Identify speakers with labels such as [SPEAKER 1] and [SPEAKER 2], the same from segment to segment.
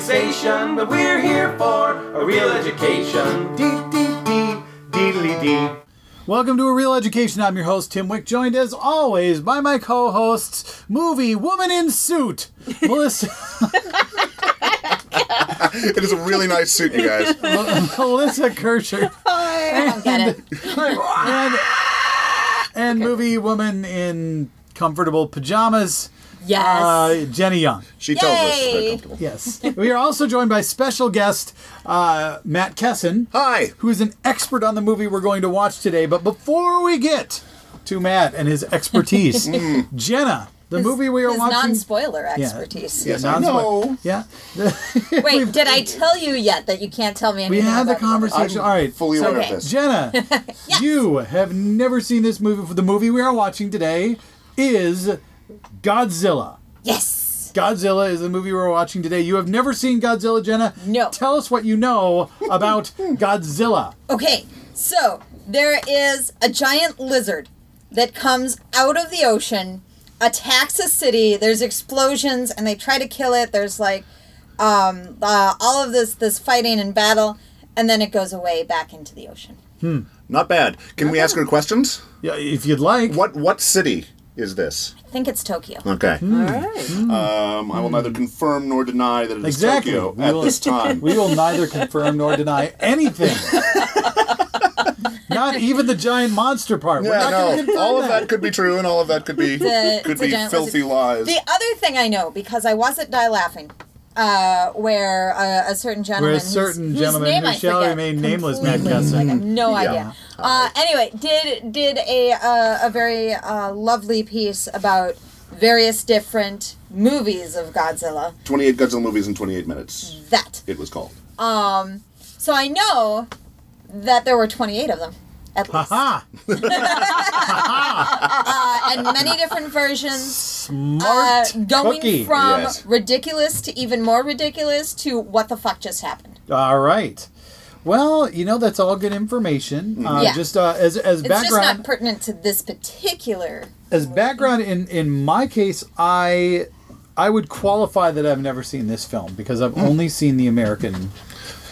[SPEAKER 1] station, but we're here for a real education. Dee dee dee, deedly dee.
[SPEAKER 2] Welcome to A Real Education. I'm your host, Tim Wick, joined as always by my co hosts, movie Woman in Suit, Melissa,
[SPEAKER 3] It is a really nice suit, you guys.
[SPEAKER 2] Melissa Kircher,
[SPEAKER 4] I don't get it.
[SPEAKER 2] and, and movie Woman in Comfortable Pajamas,
[SPEAKER 4] Yes.
[SPEAKER 2] uh, Jenny Young.
[SPEAKER 3] She tells us they're
[SPEAKER 4] Yay.
[SPEAKER 3] comfortable.
[SPEAKER 2] Yes. we are also joined by special guest uh, Matt Kesson,
[SPEAKER 3] Hi.
[SPEAKER 2] who is an expert on the movie we're going to watch today. But before we get to Matt and his expertise, Jenna, the movie we are
[SPEAKER 4] Mm. His
[SPEAKER 2] watching.
[SPEAKER 4] non-spoiler expertise.
[SPEAKER 2] Yeah,
[SPEAKER 3] Yes, I
[SPEAKER 2] non-spoil-
[SPEAKER 3] know.
[SPEAKER 2] Yeah,
[SPEAKER 4] Wait, did I tell you yet that you can't tell me
[SPEAKER 2] we
[SPEAKER 4] anything?
[SPEAKER 2] had the
[SPEAKER 4] about it?
[SPEAKER 2] conversation. All right,
[SPEAKER 3] Fully aware
[SPEAKER 4] Okay.
[SPEAKER 3] of this.
[SPEAKER 2] Jenna, you have never seen this movie. The movie we are watching today is Godzilla.
[SPEAKER 4] Yes.
[SPEAKER 2] Godzilla is the movie we're watching today. You have never seen Godzilla, Jenna.
[SPEAKER 4] No.
[SPEAKER 2] Tell us what you know about Godzilla.
[SPEAKER 4] Okay. So there is a giant lizard that comes out of the ocean, attacks a city. There's explosions, and they try to kill it. There's like um, uh, all of this this fighting and battle, and then it goes away back into the ocean.
[SPEAKER 3] Not bad. Can we ask her questions?
[SPEAKER 2] Yeah, if you'd like.
[SPEAKER 3] What what city is this?
[SPEAKER 4] I think it's Tokyo.
[SPEAKER 3] Okay.
[SPEAKER 2] Hmm.
[SPEAKER 5] Alright.
[SPEAKER 3] Um, I will neither confirm nor deny that it is
[SPEAKER 2] Exactly.
[SPEAKER 3] Tokyo
[SPEAKER 2] We
[SPEAKER 3] at
[SPEAKER 2] will-
[SPEAKER 3] this time.
[SPEAKER 2] We will neither confirm nor deny anything. Not even the giant monster part. We're
[SPEAKER 3] yeah,
[SPEAKER 2] not gonna
[SPEAKER 3] no.
[SPEAKER 2] confirm
[SPEAKER 3] All of that could be true, and all of that could be
[SPEAKER 4] a-
[SPEAKER 3] could
[SPEAKER 4] it's a
[SPEAKER 3] be
[SPEAKER 4] giant
[SPEAKER 3] filthy lies.
[SPEAKER 4] The other thing I know because I was at Die Laughing, uh, where uh, a certain gentleman,
[SPEAKER 2] Where a
[SPEAKER 4] whose-
[SPEAKER 2] certain
[SPEAKER 4] whose
[SPEAKER 2] gentleman
[SPEAKER 4] name
[SPEAKER 2] who
[SPEAKER 4] I
[SPEAKER 2] shall
[SPEAKER 4] forget
[SPEAKER 2] remain nameless, Matt
[SPEAKER 4] completely,
[SPEAKER 2] Kesson.
[SPEAKER 4] Like, I have no idea. Uh, anyway, did did a uh, a very uh, lovely piece about various different movies of Godzilla.
[SPEAKER 3] Twenty-eight Godzilla movies in twenty-eight minutes.
[SPEAKER 4] That
[SPEAKER 3] It was called.
[SPEAKER 4] so I know that there were twenty eight of them. At least.
[SPEAKER 2] Ah,
[SPEAKER 4] Uh, and many different versions. uh,
[SPEAKER 2] smart
[SPEAKER 4] going
[SPEAKER 2] cookie.
[SPEAKER 4] from
[SPEAKER 3] Yes.
[SPEAKER 4] ridiculous to even more ridiculous to what the fuck just happened.
[SPEAKER 2] all right. Well, you know that's all good information. Uh,
[SPEAKER 4] Yeah.
[SPEAKER 2] Just uh, as as
[SPEAKER 4] It's just
[SPEAKER 2] background,
[SPEAKER 4] not pertinent to this particular.
[SPEAKER 2] as background in in my case i i would qualify that i've never seen this film because i've only seen the american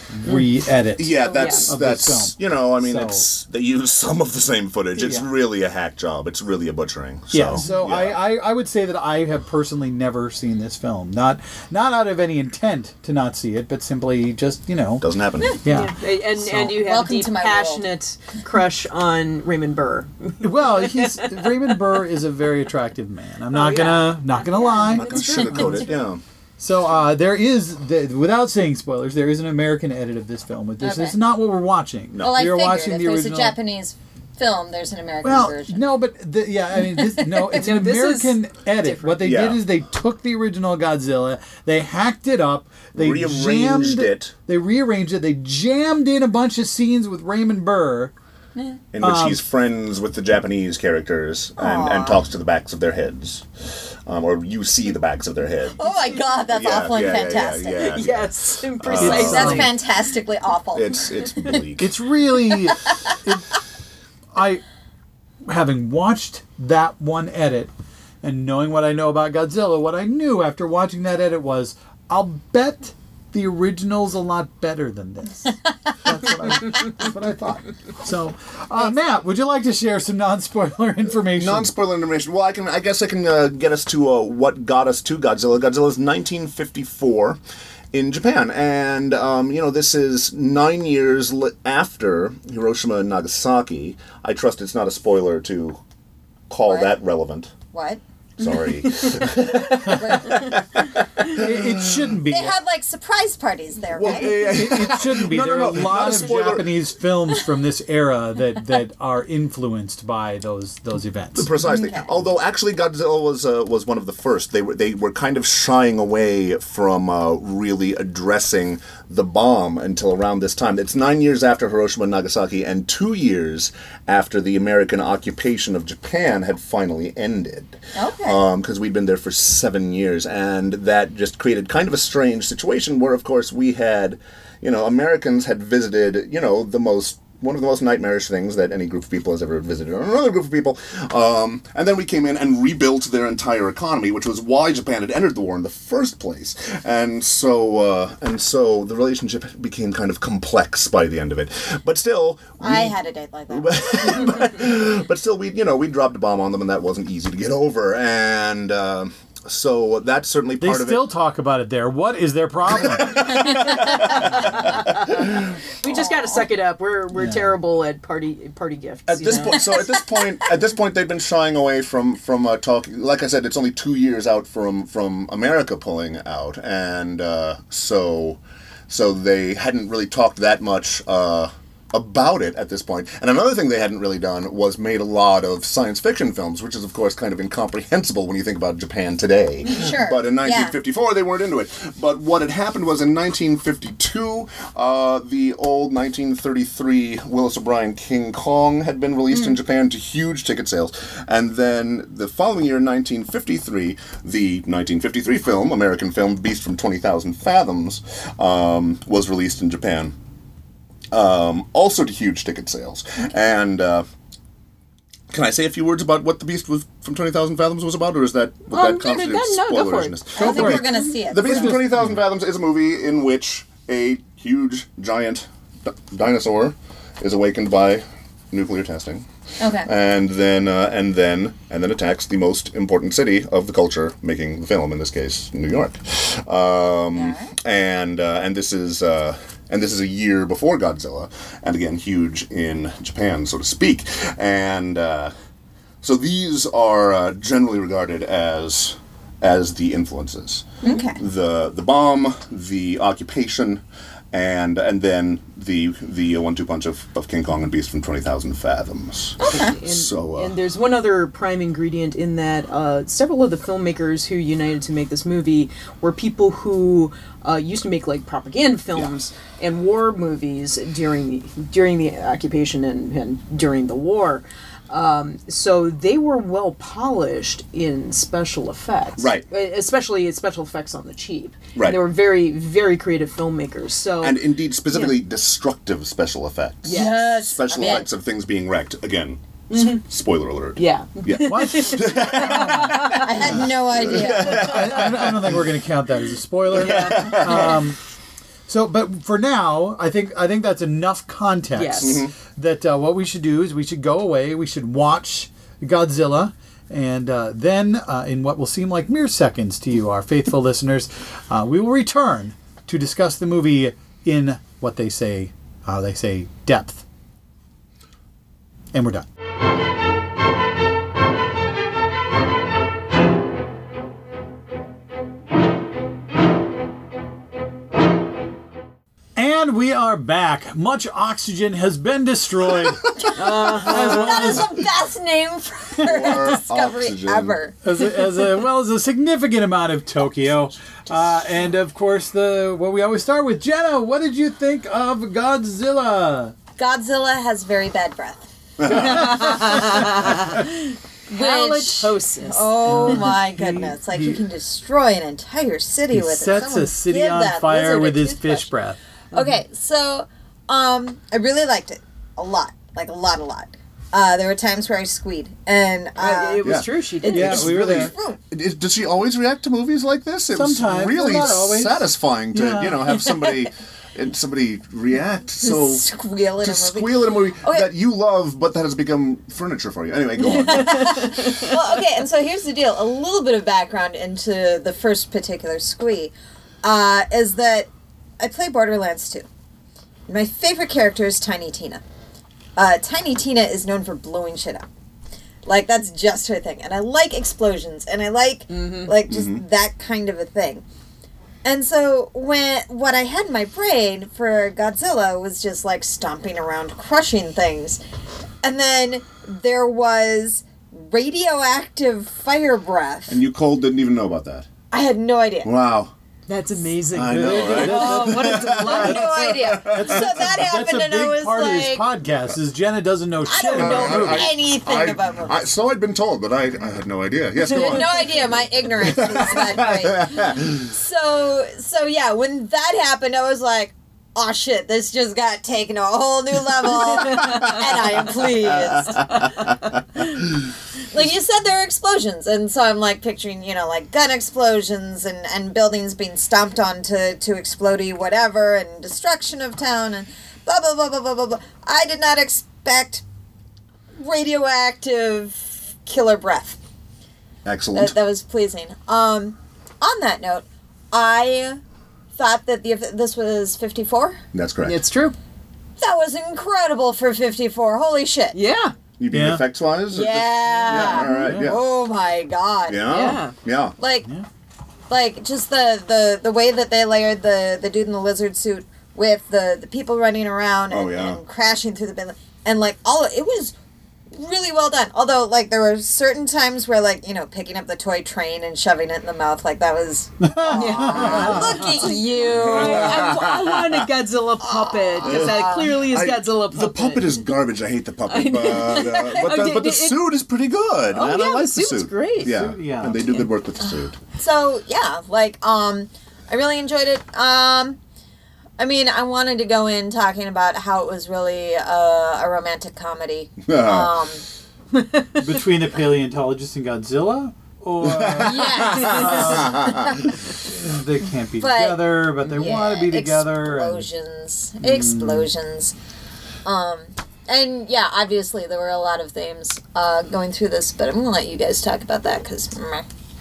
[SPEAKER 2] Mm-hmm. re-edit
[SPEAKER 3] Yeah, that's
[SPEAKER 2] Of this film.
[SPEAKER 3] that's you know, I mean,
[SPEAKER 2] So-
[SPEAKER 3] it's they use some of the same footage. It's
[SPEAKER 2] Yeah.
[SPEAKER 3] really a hack job. It's really a butchering. So,
[SPEAKER 2] yeah, so
[SPEAKER 3] yeah.
[SPEAKER 2] I, I, I would say that I have personally never seen this film. Not not out of any intent to not see it, but simply just, you know.
[SPEAKER 3] doesn't happen.
[SPEAKER 2] Yeah.
[SPEAKER 5] And, and you have
[SPEAKER 4] Welcome
[SPEAKER 5] a deep,
[SPEAKER 4] to my
[SPEAKER 5] passionate crush on Raymond Burr.
[SPEAKER 2] Well, he's Raymond Burr is a very attractive man. I'm not
[SPEAKER 5] yeah.
[SPEAKER 2] gonna Oh, not gonna lie.
[SPEAKER 3] I should have coded. Yeah.
[SPEAKER 2] So uh, there is, the, without saying spoilers, there is an American edit of this film. With this,
[SPEAKER 4] Okay.
[SPEAKER 2] it's not what we're watching.
[SPEAKER 4] Well, I
[SPEAKER 2] we are
[SPEAKER 4] figured
[SPEAKER 2] watching
[SPEAKER 4] if
[SPEAKER 2] the
[SPEAKER 4] there's
[SPEAKER 2] original.
[SPEAKER 4] a Japanese film, there's an American
[SPEAKER 2] Well,
[SPEAKER 4] version.
[SPEAKER 2] no, but the, yeah, I mean, this, no, it's an
[SPEAKER 5] No, this is
[SPEAKER 2] American edit. What they
[SPEAKER 3] Yeah.
[SPEAKER 2] did is they took the original Godzilla, they hacked it up, they
[SPEAKER 3] Rearranged
[SPEAKER 2] jammed,
[SPEAKER 3] it.
[SPEAKER 2] they rearranged it, they jammed in a bunch of scenes with Raymond Burr.
[SPEAKER 3] in which
[SPEAKER 2] Um,
[SPEAKER 3] he's friends with the Japanese characters and, and talks to the backs of their heads, um, or you see the backs of their head.
[SPEAKER 4] Oh my god, that's awful and fantastic.
[SPEAKER 3] Yeah, yeah,
[SPEAKER 5] Yes, precisely.
[SPEAKER 4] That's fantastically awful.
[SPEAKER 3] It's it's bleak.
[SPEAKER 2] It's really, it, I, having watched that one edit, and knowing what I know about Godzilla, what I knew after watching that edit was, I'll bet the original's a lot better than this. That's what I, that's what I thought. So, uh, Matt, would you like to share some non-spoiler information?
[SPEAKER 3] non-spoiler information. Well, I can I guess I can uh, get us to uh, what got us to Godzilla. Godzilla's 1954 in Japan, and um, you know this is nine years li- after Hiroshima and Nagasaki. I trust it's not a spoiler to call
[SPEAKER 4] Right.
[SPEAKER 3] that relevant.
[SPEAKER 4] what?
[SPEAKER 3] Sorry.
[SPEAKER 2] it, it shouldn't be.
[SPEAKER 4] They had like surprise parties there,
[SPEAKER 3] Well,
[SPEAKER 4] right?
[SPEAKER 3] yeah, yeah.
[SPEAKER 2] It shouldn't be.
[SPEAKER 3] No, no,
[SPEAKER 2] there are
[SPEAKER 3] no,
[SPEAKER 2] a
[SPEAKER 3] not
[SPEAKER 2] lot
[SPEAKER 3] a
[SPEAKER 2] of
[SPEAKER 3] spoiler.
[SPEAKER 2] Japanese films from this era that, that are influenced by those those events.
[SPEAKER 3] Precisely.
[SPEAKER 4] Okay.
[SPEAKER 3] Although actually, Godzilla was uh, was one of the first. They were they were kind of shying away from uh, really addressing the bomb until around this time. It's nine years after Hiroshima and Nagasaki, and two years after the American occupation of Japan had finally ended. Um,
[SPEAKER 4] Okay.
[SPEAKER 3] Because we'd been there for seven years, and that just created kind of a strange situation where, of course, we had, you know, Americans had visited, you know, the most one of the most nightmarish things that any group of people has ever visited or another group of people. Um, and then we came in and rebuilt their entire economy, which was why Japan had entered the war in the first place. And so, uh, and so the relationship became kind of complex by the end of it. But still, we,
[SPEAKER 4] I had a date like that.
[SPEAKER 3] but still, we you know we dropped a bomb on them, and that wasn't easy to get over. And uh, so that's certainly
[SPEAKER 2] They
[SPEAKER 3] part of it.
[SPEAKER 2] still talk about it there. What is their problem?
[SPEAKER 5] We just got to suck it up. We're we're terrible at party party gifts.
[SPEAKER 3] At
[SPEAKER 5] you
[SPEAKER 3] this
[SPEAKER 5] know?
[SPEAKER 3] point, so at this point, at this point, they've been shying away from from uh, talking. Like I said, it's only two years out from from America pulling out, and uh, so so they hadn't really talked that much uh, about it at this point. And another thing they hadn't really done was made a lot of science fiction films, which is of course kind of incomprehensible when you think about Japan today.
[SPEAKER 4] Sure,
[SPEAKER 3] But in
[SPEAKER 4] yeah.
[SPEAKER 3] 1954, they weren't into it. But what had happened was in 1952, uh, the old 1933 Willis O'Brien King Kong had been released
[SPEAKER 5] Hmm.
[SPEAKER 3] in Japan to huge ticket sales. And then the following year, 1953, the 1953 film, American film Beast from 20,000 Fathoms, um, was released in Japan um, also to huge ticket sales. And uh, can I say a few words about what the Beast was from Twenty Thousand Fathoms was about, or is that would
[SPEAKER 5] Um,
[SPEAKER 3] that
[SPEAKER 5] no, no,
[SPEAKER 3] constitute
[SPEAKER 5] no, no, go for
[SPEAKER 4] I
[SPEAKER 5] it.
[SPEAKER 3] spoilerishness?
[SPEAKER 4] don't think
[SPEAKER 2] for it.
[SPEAKER 4] we're gonna see it.
[SPEAKER 3] The Beast from Twenty Thousand Fathoms is a movie in which a huge giant d- dinosaur is awakened by nuclear testing.
[SPEAKER 4] Okay.
[SPEAKER 3] And then, uh, and then, and then attacks the most important city of the culture making the film. In this case, New York. Um, And uh, and this is uh, and this is a year before Godzilla, and again huge in Japan, so to speak. And uh, so these are uh, generally regarded as as the influences
[SPEAKER 4] Okay.
[SPEAKER 3] the the bomb, the occupation, and and then the the one two punch of, of King Kong and Beast from Twenty Thousand Fathoms.
[SPEAKER 5] And,
[SPEAKER 3] So uh,
[SPEAKER 5] and there's one other prime ingredient in that uh, several of the filmmakers who united to make this movie were people who uh, used to make like propaganda films and war movies during the, during the occupation and, and during the war. Um, so they were well polished in special effects,
[SPEAKER 3] Right.
[SPEAKER 5] E- Especially special effects on the cheap.
[SPEAKER 3] Right.
[SPEAKER 5] They were very very creative filmmakers. So
[SPEAKER 3] and indeed specifically destructive special effects.
[SPEAKER 5] Yeah.
[SPEAKER 4] Yes.
[SPEAKER 3] Special
[SPEAKER 4] I mean, Mm-hmm.
[SPEAKER 3] effects of things being wrecked. Again, s- spoiler alert.
[SPEAKER 5] yeah,
[SPEAKER 3] Yeah.
[SPEAKER 2] What?
[SPEAKER 4] I had no idea.
[SPEAKER 2] I, I don't think we're going to count that as a spoiler. Um, so, but for now, I think I think that's enough context.
[SPEAKER 5] Yes. Mhm.
[SPEAKER 2] That uh, what we should do is we should go away. We should watch Godzilla, and uh, then uh, in what will seem like mere seconds to you, our faithful listeners, uh, we will return to discuss the movie in what they say, how they say depth, and we're done. And we are back. Much oxygen has been destroyed, as, well
[SPEAKER 4] That
[SPEAKER 2] as,
[SPEAKER 4] is the best name for a discovery
[SPEAKER 3] oxygen.
[SPEAKER 4] ever.
[SPEAKER 2] as, a, as a- well as a significant amount of Tokyo, uh, and of course the what we always start with. Jenna, what did you think of Godzilla?
[SPEAKER 4] Godzilla has very bad breath. Which,
[SPEAKER 5] halitosis.
[SPEAKER 4] oh my goodness! Like he, can destroy an entire city
[SPEAKER 2] He
[SPEAKER 4] with it.
[SPEAKER 2] sets
[SPEAKER 4] Someone
[SPEAKER 2] a city
[SPEAKER 4] give
[SPEAKER 2] on
[SPEAKER 4] that
[SPEAKER 2] fire
[SPEAKER 4] lizard a
[SPEAKER 2] with his
[SPEAKER 4] toothbrush.
[SPEAKER 2] fish breath.
[SPEAKER 4] Okay, so um, I really liked it a lot, like a lot, a lot. Uh, there were times where I squeed, and uh,
[SPEAKER 5] it was
[SPEAKER 3] yeah.
[SPEAKER 5] true. She did.
[SPEAKER 2] Yeah,
[SPEAKER 3] It's
[SPEAKER 2] we were
[SPEAKER 3] really-
[SPEAKER 2] there.
[SPEAKER 3] Is- Does she always react to movies like this? It was
[SPEAKER 2] Sometimes, but
[SPEAKER 3] really
[SPEAKER 2] not always.
[SPEAKER 3] satisfying to
[SPEAKER 2] Yeah.
[SPEAKER 3] you know have somebody and somebody react so
[SPEAKER 4] uh, squeal in
[SPEAKER 3] to
[SPEAKER 4] a movie. Oh,
[SPEAKER 3] squeal at a movie
[SPEAKER 4] Okay.
[SPEAKER 3] that you love, but that has become furniture for you. Anyway, go on.
[SPEAKER 4] well, okay, and so here's the deal. A little bit of background into the first particular squee uh, is that I play Borderlands 2. My favorite character is Tiny Tina. Uh, Tiny Tina is known for blowing shit up. Like that's just her thing, and I like explosions, and I like like just that kind of a thing. And so when what I had in my brain for Godzilla was just like stomping around, crushing things, and then there was radioactive fire breath.
[SPEAKER 3] and you cold didn't even know about that.
[SPEAKER 4] I had no idea.
[SPEAKER 3] Wow.
[SPEAKER 5] That's amazing.
[SPEAKER 3] I know, right?
[SPEAKER 5] Oh, what a
[SPEAKER 4] I
[SPEAKER 5] delight.
[SPEAKER 4] had no idea. so that
[SPEAKER 2] That's a
[SPEAKER 4] happened, and I
[SPEAKER 2] big
[SPEAKER 4] was
[SPEAKER 2] part of this
[SPEAKER 4] like,
[SPEAKER 2] podcast. Is Jenna doesn't know shit
[SPEAKER 4] don't
[SPEAKER 2] about
[SPEAKER 4] know
[SPEAKER 2] movies.
[SPEAKER 4] I- anything about movies.
[SPEAKER 3] I- so I'd been told, but I, I had no idea. Yes,
[SPEAKER 4] I
[SPEAKER 3] go
[SPEAKER 4] had
[SPEAKER 3] on.
[SPEAKER 4] no idea. My ignorance was that great. So, so yeah, when that happened, I was like, oh shit, this just got taken to a whole new level, and I am pleased. like you said, there are explosions, and so I'm like picturing, you know, like gun explosions and, and buildings being stomped on to, to explodey whatever, and destruction of town, and blah, blah, blah, blah, blah, blah, blah. I did not expect radioactive killer breath.
[SPEAKER 3] Excellent.
[SPEAKER 4] That, that was pleasing. Um, on that note, I thought that the this was 54.
[SPEAKER 3] That's correct.
[SPEAKER 5] It's true.
[SPEAKER 4] That was incredible for 54. Holy shit.
[SPEAKER 5] Yeah.
[SPEAKER 3] you mean
[SPEAKER 2] Yeah.
[SPEAKER 3] effects wise?
[SPEAKER 4] Yeah.
[SPEAKER 3] All right. Yeah.
[SPEAKER 4] Oh my god.
[SPEAKER 3] Yeah. Yeah.
[SPEAKER 4] Like like just the, the the way that they layered the the dude in the lizard suit with the the people running around and,
[SPEAKER 3] Oh, yeah.
[SPEAKER 4] and crashing through the bin and like all it was really well done. Although like there were certain times where like, you know, picking up the toy train and shoving it in the mouth like that was look at you.
[SPEAKER 5] I, I want a Godzilla puppet because that clearly is
[SPEAKER 3] Uh, I-
[SPEAKER 5] Godzilla puppet.
[SPEAKER 3] The puppet is garbage. I hate the puppet, but, uh, but the,
[SPEAKER 5] Okay,
[SPEAKER 3] but the
[SPEAKER 5] it-
[SPEAKER 3] suit is pretty good.
[SPEAKER 5] Oh,
[SPEAKER 3] man. I
[SPEAKER 5] yeah, the
[SPEAKER 3] like
[SPEAKER 5] suit's
[SPEAKER 3] suit.
[SPEAKER 5] great.
[SPEAKER 3] Yeah.
[SPEAKER 2] Suit, yeah.
[SPEAKER 3] and they do good work with the suit.
[SPEAKER 4] So yeah, like um, I really enjoyed it. Um, I mean, I wanted to go in talking about how it was really a, a romantic comedy. Um,
[SPEAKER 2] Between a paleontologist and Godzilla? Or
[SPEAKER 4] yes,
[SPEAKER 2] they can't be
[SPEAKER 4] But-
[SPEAKER 2] together, but they want to be together. And
[SPEAKER 4] Explosions, explosions. Um, and yeah, obviously there were a lot of themes uh, going through this, but I'm gonna let you guys talk about that because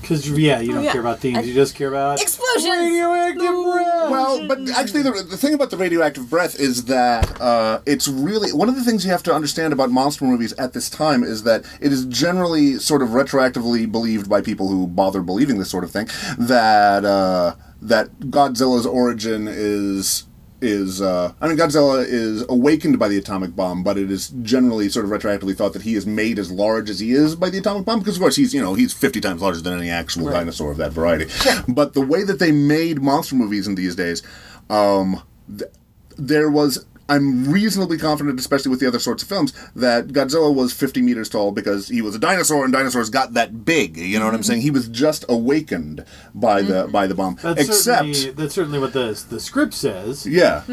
[SPEAKER 2] Because, yeah, you don't
[SPEAKER 5] yeah.
[SPEAKER 2] care about themes, you just care about.
[SPEAKER 4] explosions.
[SPEAKER 2] Radioactive breath!
[SPEAKER 3] Well, but actually, the, the thing about the radioactive breath is that uh, it's really one of the things you have to understand about monster movies at this time is that it is generally sort of retroactively believed by people who bother believing this sort of thing that uh, that Godzilla's origin is is uh, I mean Godzilla is awakened by the atomic bomb, but it is generally sort of retroactively thought that he is made as large as he is by the atomic bomb because of course he's you know he's fifty times larger than any actual dinosaur of that variety. But the way that they made monster movies in these days, um, th- there was. I'm reasonably confident, especially with the other sorts of films, that Godzilla was 50 meters tall because he was a dinosaur, and dinosaurs got that big. You know what I'm saying? He was just awakened by the by the bomb.
[SPEAKER 2] That's
[SPEAKER 3] Except,
[SPEAKER 2] certainly, that's certainly what the the script says.
[SPEAKER 3] yeah,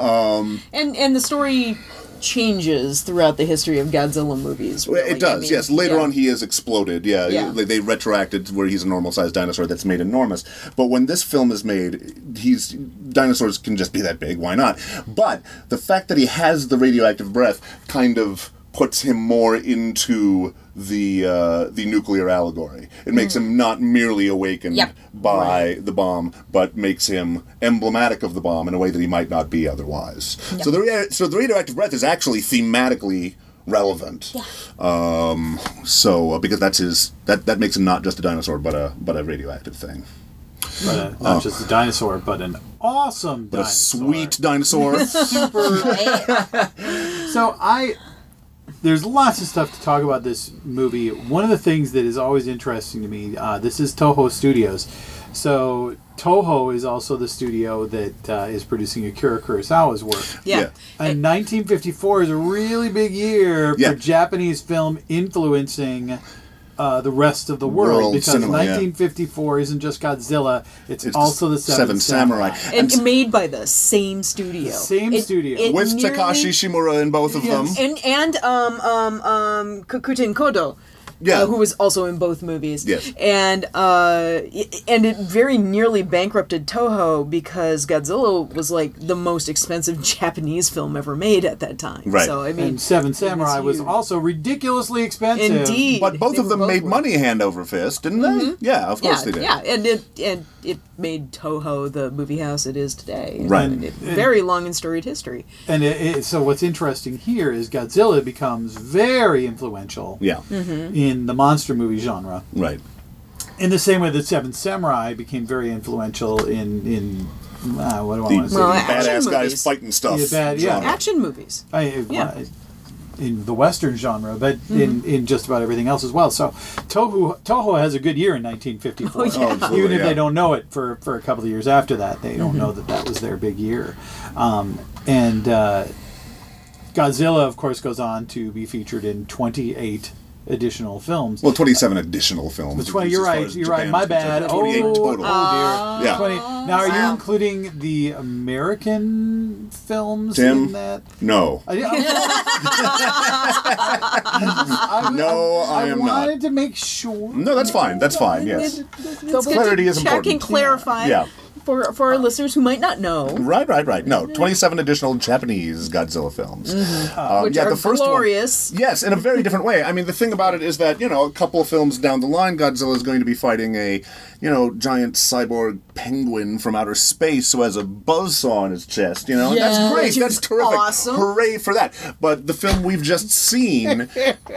[SPEAKER 5] and and the story changes throughout the history of Godzilla movies.
[SPEAKER 3] Well,
[SPEAKER 5] really. I
[SPEAKER 3] it does,
[SPEAKER 5] mean,
[SPEAKER 3] yes. Later
[SPEAKER 5] yeah.
[SPEAKER 3] on, he is exploded. Yeah,
[SPEAKER 5] Yeah.
[SPEAKER 3] They, they retroacted where he's a normal sized dinosaur that's made enormous. But when this film is made, he's dinosaurs can just be that big. Why not? But the fact that he has the radioactive breath kind of puts him more into the uh, the nuclear allegory. It makes
[SPEAKER 5] Hmm.
[SPEAKER 3] him not merely awakened
[SPEAKER 4] Yep.
[SPEAKER 3] by the bomb, but makes him emblematic of the bomb in a way that he might not be otherwise. So the rea- so the radioactive breath is actually thematically relevant. Um, so uh, because that's his that that makes him not just a dinosaur, but a but a radioactive thing,
[SPEAKER 2] But, uh, not just a dinosaur, but an awesome
[SPEAKER 3] Oh. but a
[SPEAKER 2] dinosaur.
[SPEAKER 3] sweet dinosaur.
[SPEAKER 4] Right?
[SPEAKER 2] So I there's lots of stuff to talk about this movie. One of the things that is always interesting to me, uh, this is Toho Studios. So Toho is also the studio that uh, is producing Akira Kurosawa's work.
[SPEAKER 5] Yeah.
[SPEAKER 3] Yeah.
[SPEAKER 2] And 1954 is a really big year
[SPEAKER 3] Yeah.
[SPEAKER 2] for Japanese film influencing uh, the rest of the world,
[SPEAKER 3] World
[SPEAKER 2] because
[SPEAKER 3] cinema, yeah.
[SPEAKER 2] 1954 isn't just Godzilla; it's,
[SPEAKER 3] It's
[SPEAKER 2] also the
[SPEAKER 3] Seven, Samurai,
[SPEAKER 5] And made by the same studio.
[SPEAKER 2] Same
[SPEAKER 5] It-
[SPEAKER 2] studio.
[SPEAKER 5] it
[SPEAKER 3] with
[SPEAKER 5] nearly-
[SPEAKER 3] Takashi Shimura in both of
[SPEAKER 2] Yes.
[SPEAKER 3] them.
[SPEAKER 5] and and um um um Kakuten Kodo.
[SPEAKER 3] Yeah.
[SPEAKER 5] uh, who was also in both movies.
[SPEAKER 3] Yes.
[SPEAKER 5] And uh, y- and it very nearly bankrupted Toho because Godzilla was like the most expensive Japanese film ever made at that time.
[SPEAKER 3] Right.
[SPEAKER 5] So I mean,
[SPEAKER 2] And Seven Samurai was
[SPEAKER 5] huge.
[SPEAKER 2] also ridiculously expensive.
[SPEAKER 5] indeed.
[SPEAKER 3] But both
[SPEAKER 5] they
[SPEAKER 3] of
[SPEAKER 5] were
[SPEAKER 3] them made
[SPEAKER 5] worth-
[SPEAKER 3] money hand over fist, didn't they? Yeah, of course
[SPEAKER 5] Yeah,
[SPEAKER 3] they did.
[SPEAKER 5] yeah, and it and it made Toho the movie house it is today.
[SPEAKER 3] Right.
[SPEAKER 5] And it- very long and storied history.
[SPEAKER 2] And it, it, so, what's interesting here is Godzilla becomes very influential
[SPEAKER 3] Yeah,
[SPEAKER 5] Mm-hmm.
[SPEAKER 2] in the monster movie genre,
[SPEAKER 3] right.
[SPEAKER 2] in the same way that Seven Samurai became very influential in in uh, what do I
[SPEAKER 3] The,
[SPEAKER 2] want to say?
[SPEAKER 5] Well,
[SPEAKER 3] the
[SPEAKER 5] action
[SPEAKER 3] badass guys
[SPEAKER 5] movies.
[SPEAKER 3] fighting stuff.
[SPEAKER 2] Yeah, bad- yeah.
[SPEAKER 3] genre.
[SPEAKER 5] Action movies.
[SPEAKER 2] I,
[SPEAKER 5] Yeah.
[SPEAKER 2] uh, in the Western genre, but in, in just about everything else as well. So Toho Toho has a good year in 1954,
[SPEAKER 3] Oh, absolutely,
[SPEAKER 2] even if
[SPEAKER 3] yeah.
[SPEAKER 2] they don't know it for, for a couple of years after that, they don't know that that was their big year. Um, and uh, Godzilla, of course, goes on to be featured in 28 additional films.
[SPEAKER 3] Well, 27 additional films.
[SPEAKER 2] That's right.
[SPEAKER 3] as
[SPEAKER 2] You're
[SPEAKER 3] far
[SPEAKER 2] right.
[SPEAKER 3] as
[SPEAKER 2] You're right.
[SPEAKER 3] Japan's
[SPEAKER 2] My
[SPEAKER 3] concerned.
[SPEAKER 2] bad. Oh,
[SPEAKER 3] 28 total.
[SPEAKER 2] oh, dear.
[SPEAKER 3] Yeah.
[SPEAKER 2] 20. Now, are you
[SPEAKER 4] Wow.
[SPEAKER 2] including the American films
[SPEAKER 3] Tim?
[SPEAKER 2] in that?
[SPEAKER 3] No.
[SPEAKER 2] I, I, I-
[SPEAKER 3] No, I am not.
[SPEAKER 2] wanted to make sure.
[SPEAKER 3] No, that's fine. That's fine. Yes.
[SPEAKER 5] Double
[SPEAKER 3] Clarity is
[SPEAKER 5] check
[SPEAKER 3] important.
[SPEAKER 5] and clarify
[SPEAKER 3] Yeah.
[SPEAKER 5] for for our listeners who might not know,
[SPEAKER 3] Right, right, right. No, 27 additional Japanese Godzilla films.
[SPEAKER 2] Mm-hmm.
[SPEAKER 3] Um,
[SPEAKER 5] which are glorious.
[SPEAKER 3] One, yes, in a very different way. I mean, the thing about it is that, you know, a couple of films down the line, Godzilla is going to be fighting a, you know, giant cyborg penguin from outer space who has a buzzsaw on his chest, you know? and
[SPEAKER 5] Yeah.
[SPEAKER 3] that's great.
[SPEAKER 5] Which
[SPEAKER 3] That's
[SPEAKER 5] is
[SPEAKER 3] terrific.
[SPEAKER 5] awesome.
[SPEAKER 3] Hooray for that. But the film we've just seen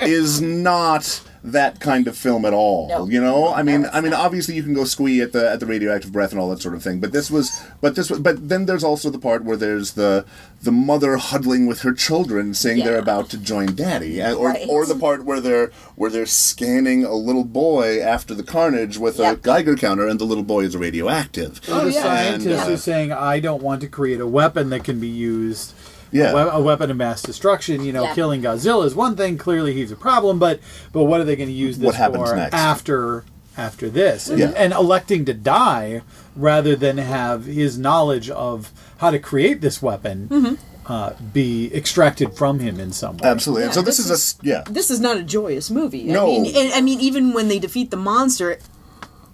[SPEAKER 3] is not that kind of film at all
[SPEAKER 4] No.
[SPEAKER 3] you know i mean i mean obviously you can go squee at the at the radioactive breath and all that sort of thing but this was but this was but then there's also the part where there's the the mother huddling with her children saying they're
[SPEAKER 4] Yeah.
[SPEAKER 3] about to join daddy and- or
[SPEAKER 4] Right.
[SPEAKER 3] or the part where they're where they're scanning a little boy after the carnage with
[SPEAKER 4] Yep.
[SPEAKER 3] a geiger counter and the little boy is radioactive
[SPEAKER 2] The
[SPEAKER 5] yeah.
[SPEAKER 2] scientist
[SPEAKER 3] And, uh,
[SPEAKER 2] is saying, "I don't want to create a weapon that can be used."
[SPEAKER 3] Yeah.
[SPEAKER 2] A, we- a weapon of mass destruction. You know,
[SPEAKER 4] Yeah.
[SPEAKER 2] killing Godzilla is one thing. Clearly, he's a problem. But but what are they going to use this
[SPEAKER 3] What happens
[SPEAKER 2] for
[SPEAKER 3] next?
[SPEAKER 2] after after this? And,
[SPEAKER 3] Yeah.
[SPEAKER 2] and electing to die rather than have his knowledge of how to create this weapon uh, be extracted from him in some way.
[SPEAKER 3] absolutely and so this,
[SPEAKER 5] this
[SPEAKER 3] is a
[SPEAKER 5] is-
[SPEAKER 3] s- yeah
[SPEAKER 5] This is not a joyous movie.
[SPEAKER 3] No.
[SPEAKER 5] I mean, and, I mean, even when they defeat the monster,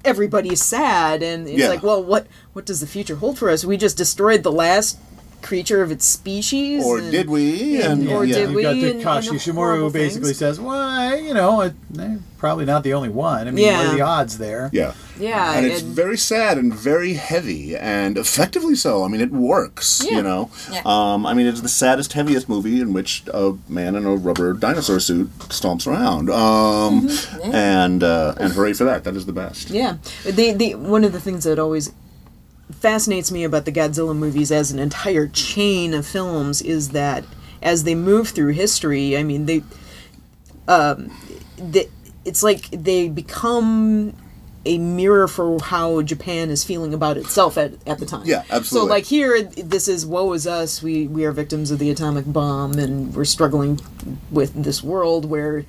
[SPEAKER 5] everybody is sad, and it's
[SPEAKER 3] Yeah.
[SPEAKER 5] like, well, what what does the future hold for us? We just destroyed the last creature of its species,
[SPEAKER 3] or
[SPEAKER 5] and-
[SPEAKER 3] did we and
[SPEAKER 5] or
[SPEAKER 3] yeah.
[SPEAKER 5] did
[SPEAKER 2] You've
[SPEAKER 5] we
[SPEAKER 2] got the
[SPEAKER 5] and-
[SPEAKER 2] Kashi
[SPEAKER 5] and
[SPEAKER 2] Shimura
[SPEAKER 5] horrible
[SPEAKER 2] who basically
[SPEAKER 5] things.
[SPEAKER 2] says, "Why, you know, it, eh, probably not the only one. I mean, what are
[SPEAKER 5] Yeah.
[SPEAKER 2] the odds there?"
[SPEAKER 3] yeah
[SPEAKER 5] Yeah,
[SPEAKER 3] and it's
[SPEAKER 5] and-
[SPEAKER 3] very sad and very heavy and effectively so. I mean, it works, you know.
[SPEAKER 4] Yeah.
[SPEAKER 3] Um, I mean, it's the saddest, heaviest movie in which a man in a rubber dinosaur suit stomps around. Um, And uh, and hooray for that! That is the best.
[SPEAKER 5] Mm-hmm. Yeah, the the one of the things that always fascinates me about the Godzilla movies as an entire chain of films is that as they move through history, I mean they, um, the, it's like they become a mirror for how Japan is feeling about itself at, at the time.
[SPEAKER 3] Yeah, absolutely.
[SPEAKER 5] So like here, this is woe is us. We we are victims of the atomic bomb, and we're struggling with this world where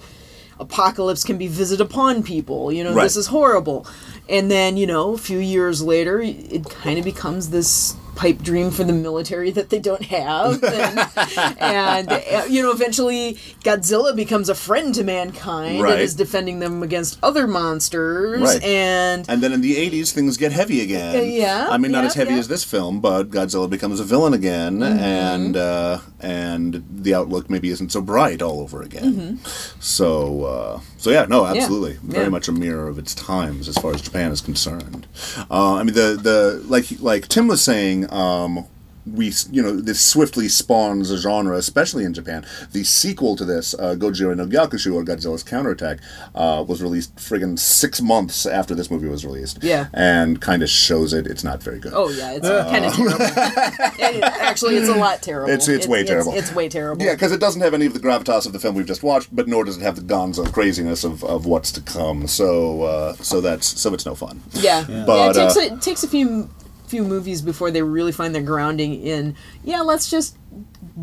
[SPEAKER 5] apocalypse can be visited upon people. You know,
[SPEAKER 3] Right.
[SPEAKER 5] this is horrible. And then you know, a few years later, it kind of becomes this pipe dream for the military that they don't have and, and uh, you know eventually godzilla becomes a friend to mankind
[SPEAKER 3] Right.
[SPEAKER 5] and is defending them against other monsters
[SPEAKER 3] Right.
[SPEAKER 5] and
[SPEAKER 3] And then in the 80s, things get heavy again.
[SPEAKER 5] Uh, yeah,
[SPEAKER 3] I mean, not
[SPEAKER 5] yeah,
[SPEAKER 3] as heavy
[SPEAKER 5] yeah. Mm-hmm.
[SPEAKER 3] as this film, but Godzilla becomes a villain again, and uh, and the outlook maybe isn't so bright all over again. So, uh, so yeah, no, absolutely, very
[SPEAKER 5] Mm-hmm. yeah.
[SPEAKER 3] much a mirror of its times as far as Japan is concerned. Uh, I mean, the the like like Tim was saying. Um, we, s- you know, this swiftly spawns a genre, especially in Japan. The sequel to this, uh, Gojira no Gyakushu, or Godzilla's Counterattack, uh, was released friggin' six months after this movie was released
[SPEAKER 5] Yeah.
[SPEAKER 3] and kind of shows it. It's not very good.
[SPEAKER 5] Oh yeah, it's kind of terrible. And it- actually, it's a lot terrible.
[SPEAKER 3] Uh. It's- it's way terrible.
[SPEAKER 5] It's, way terrible.
[SPEAKER 3] Yeah, because it doesn't have any of the gravitas of the film we've just watched, but nor does it have the gonzo craziness of, of what's to come. So uh, so that's so it's no fun.
[SPEAKER 5] yeah. yeah.
[SPEAKER 3] But,
[SPEAKER 5] it, takes,
[SPEAKER 3] uh,
[SPEAKER 5] a it takes a few few movies before they really find their grounding in. Yeah, let's just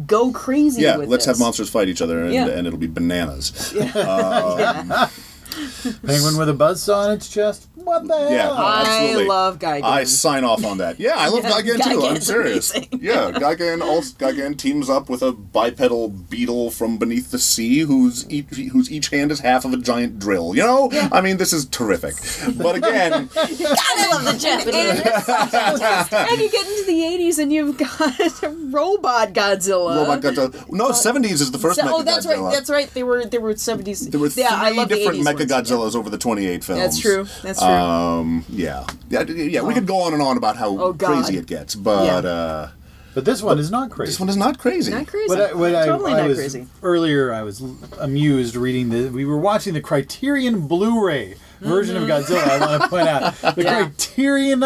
[SPEAKER 5] go crazy.
[SPEAKER 3] Yeah,
[SPEAKER 5] with
[SPEAKER 3] let's have
[SPEAKER 5] this.
[SPEAKER 3] monsters fight each other, and,
[SPEAKER 5] Yeah.
[SPEAKER 3] and it'll be bananas. Yeah,
[SPEAKER 5] Yeah.
[SPEAKER 2] Penguin with a buzzsaw on its chest. What the hell?
[SPEAKER 5] I
[SPEAKER 3] absolutely.
[SPEAKER 5] love Guy.
[SPEAKER 3] I sign off on that. Yeah, I love Gigan too. I'm
[SPEAKER 5] Gigan's
[SPEAKER 3] serious.
[SPEAKER 5] amazing.
[SPEAKER 3] Yeah, Gigan also Gigan teams up with a bipedal beetle from beneath the sea, whose each whose each hand is half of a giant drill. You know, I mean, this is terrific. But again,
[SPEAKER 4] I love the Japanese.
[SPEAKER 5] and you get into the '80s, and you've got robot Godzilla.
[SPEAKER 3] Robot Godzilla. No, seventies is oh the first.
[SPEAKER 5] So-
[SPEAKER 3] Mecha
[SPEAKER 5] oh, that's
[SPEAKER 3] Godzilla.
[SPEAKER 5] right. That's right. They were they were '70s.
[SPEAKER 3] There were three
[SPEAKER 5] yeah, I love the
[SPEAKER 3] different
[SPEAKER 5] 80s
[SPEAKER 3] Mecha
[SPEAKER 5] ones.
[SPEAKER 3] Godzillas over the twenty-eight films.
[SPEAKER 5] That's true. That's true.
[SPEAKER 3] Um, yeah, yeah, yeah. We could go on and on about how
[SPEAKER 5] Oh, God.
[SPEAKER 3] crazy it gets, but
[SPEAKER 5] Yeah.
[SPEAKER 3] uh,
[SPEAKER 2] But this one is not crazy.
[SPEAKER 3] this one is not crazy.
[SPEAKER 5] not crazy.
[SPEAKER 2] What I, what I-
[SPEAKER 5] totally
[SPEAKER 2] I
[SPEAKER 5] not
[SPEAKER 2] was-
[SPEAKER 5] crazy.
[SPEAKER 2] Earlier, I was l- amused reading the. We were watching the Criterion Blu-ray version of
[SPEAKER 5] Mm-hmm.
[SPEAKER 2] Godzilla. I want to point out the Criterion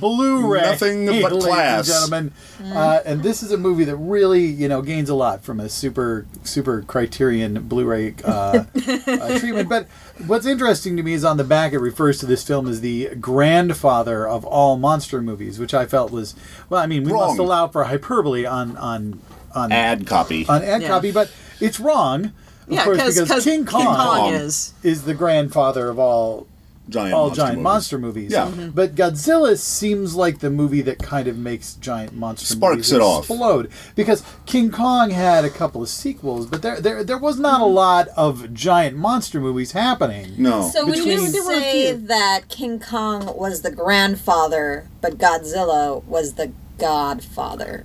[SPEAKER 2] Blu-ray.
[SPEAKER 3] Nothing but
[SPEAKER 2] ladies
[SPEAKER 3] class.
[SPEAKER 2] and gentlemen.
[SPEAKER 5] Mm.
[SPEAKER 2] Uh, and this is a movie that really, you know, gains a lot from a super super Criterion Blu-ray uh, uh, treatment. But what's interesting to me is on the back it refers to this film as the grandfather of all monster movies, which I felt was well. I mean, we
[SPEAKER 3] Wrong.
[SPEAKER 2] must allow for hyperbole on on on
[SPEAKER 3] Ad copy.
[SPEAKER 2] on ad
[SPEAKER 5] Yeah.
[SPEAKER 2] copy, but it's wrong.
[SPEAKER 5] yeah,
[SPEAKER 2] course,
[SPEAKER 5] because
[SPEAKER 2] because King
[SPEAKER 5] King
[SPEAKER 2] Kong-
[SPEAKER 3] Um,
[SPEAKER 5] Kong is
[SPEAKER 2] is the grandfather of all
[SPEAKER 3] Giant
[SPEAKER 2] all
[SPEAKER 3] monster
[SPEAKER 2] oh, giant
[SPEAKER 3] movies.
[SPEAKER 2] monster movies.
[SPEAKER 3] Yeah. Mhm.
[SPEAKER 2] But Godzilla seems like the movie that kind of makes giant monster
[SPEAKER 3] Sparks
[SPEAKER 2] movies
[SPEAKER 3] it off.
[SPEAKER 2] explode because King Kong had a couple of sequels, but there there there was not a lot of giant monster movies happening.
[SPEAKER 3] No.
[SPEAKER 4] So would you
[SPEAKER 5] Between- There were a
[SPEAKER 4] say
[SPEAKER 5] few.
[SPEAKER 4] that King Kong was the grandfather, but Godzilla was the godfather?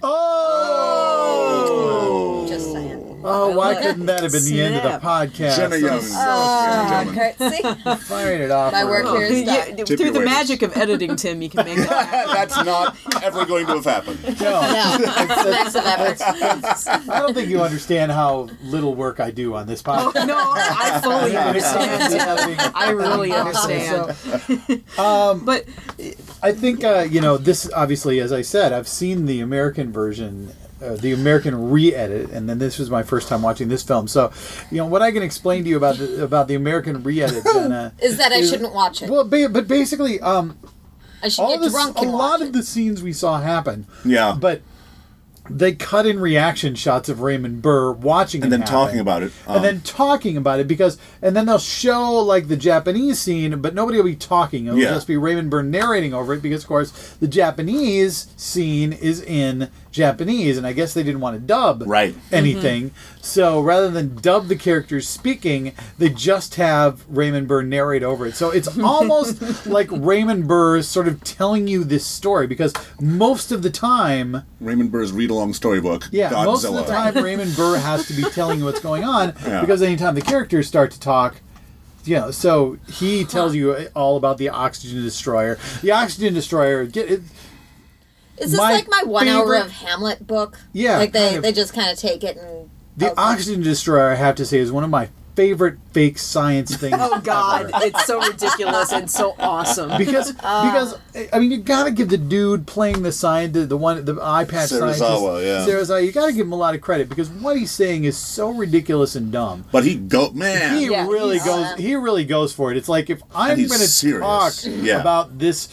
[SPEAKER 2] Oh.
[SPEAKER 4] Just saying.
[SPEAKER 2] Oh, why
[SPEAKER 5] Look.
[SPEAKER 2] couldn't that have been the end of the
[SPEAKER 5] Snap.
[SPEAKER 2] podcast?
[SPEAKER 3] Jenna Young.
[SPEAKER 2] uh,
[SPEAKER 4] Oh,
[SPEAKER 3] Ladies and gentlemen.
[SPEAKER 4] great. See?
[SPEAKER 2] Fired it off.
[SPEAKER 4] My work
[SPEAKER 2] early.
[SPEAKER 4] here is
[SPEAKER 5] Yeah,
[SPEAKER 4] done.
[SPEAKER 5] through the
[SPEAKER 3] Tippy waiters.
[SPEAKER 5] magic of editing, Tim, you can make that. happen.
[SPEAKER 3] That's not ever going to have happened.
[SPEAKER 2] No,
[SPEAKER 4] Massive efforts.
[SPEAKER 2] I don't think you understand how little work I do on this podcast.
[SPEAKER 5] No, I fully understand. I really understand. But
[SPEAKER 2] I think uh, you know this. Obviously, as I said, I've seen the American version, uh, the American re-edit, and then this was my first time watching this film. So, you know what I can explain to you about the, about the American re-edit, Jenna.
[SPEAKER 4] Is that I shouldn't watch it.
[SPEAKER 2] Well, ba- but basically, um,
[SPEAKER 4] I should
[SPEAKER 2] all
[SPEAKER 4] get
[SPEAKER 2] this,
[SPEAKER 4] drunk
[SPEAKER 2] a
[SPEAKER 4] and
[SPEAKER 2] lot
[SPEAKER 4] watch
[SPEAKER 2] of the scenes we saw happen,
[SPEAKER 3] Yeah.
[SPEAKER 2] but they cut in reaction shots of Raymond Burr watching
[SPEAKER 3] and
[SPEAKER 2] it
[SPEAKER 3] then
[SPEAKER 2] happen.
[SPEAKER 3] talking about it. um,
[SPEAKER 2] and then talking about it because and then they'll show like the Japanese scene, but nobody will be talking. It'll
[SPEAKER 3] Yeah.
[SPEAKER 2] just be Raymond Burr narrating over it because, of course, the Japanese scene is in Japanese, and I guess they didn't want to dub
[SPEAKER 3] Right.
[SPEAKER 2] Mm-hmm. anything. So rather than dub the characters speaking, they just have Raymond Burr narrate over it. So it's almost like Raymond Burr is sort of telling you this story because most of the time.
[SPEAKER 3] Raymond Burr's read along storybook.
[SPEAKER 2] Yeah,
[SPEAKER 3] Godzilla.
[SPEAKER 2] most of the time Raymond Burr has to be telling you what's going on
[SPEAKER 3] Yeah.
[SPEAKER 2] because anytime the characters start to talk, you know, so he tells you all about the oxygen destroyer. The oxygen destroyer, get it,
[SPEAKER 4] it. Is this
[SPEAKER 2] my
[SPEAKER 4] like my one hour
[SPEAKER 2] favorite-
[SPEAKER 4] of Hamlet book?
[SPEAKER 2] Yeah, kind
[SPEAKER 4] Like they,
[SPEAKER 2] of.
[SPEAKER 4] they just kind of take it and. Oh,
[SPEAKER 2] the
[SPEAKER 3] Oh,
[SPEAKER 4] Okay.
[SPEAKER 2] oxygen destroyer. I have to say is one of my favorite fake science things.
[SPEAKER 5] oh god,
[SPEAKER 2] ever.
[SPEAKER 5] it's so ridiculous and so awesome.
[SPEAKER 2] Because,
[SPEAKER 4] Ah.
[SPEAKER 2] because I mean, you gotta give the dude playing the sign, the, the one, the eye patch
[SPEAKER 3] Serizawa,
[SPEAKER 2] scientist,
[SPEAKER 3] yeah.
[SPEAKER 2] Serizawa, you gotta give him a lot of credit because what he's saying is so ridiculous and dumb.
[SPEAKER 3] But he go man.
[SPEAKER 2] he
[SPEAKER 5] Yeah,
[SPEAKER 2] really
[SPEAKER 5] he's-
[SPEAKER 2] goes
[SPEAKER 4] uh,
[SPEAKER 2] he really goes for it it's like if i'm
[SPEAKER 3] he's
[SPEAKER 2] going to
[SPEAKER 3] serious.
[SPEAKER 2] talk
[SPEAKER 3] Yeah.
[SPEAKER 2] about this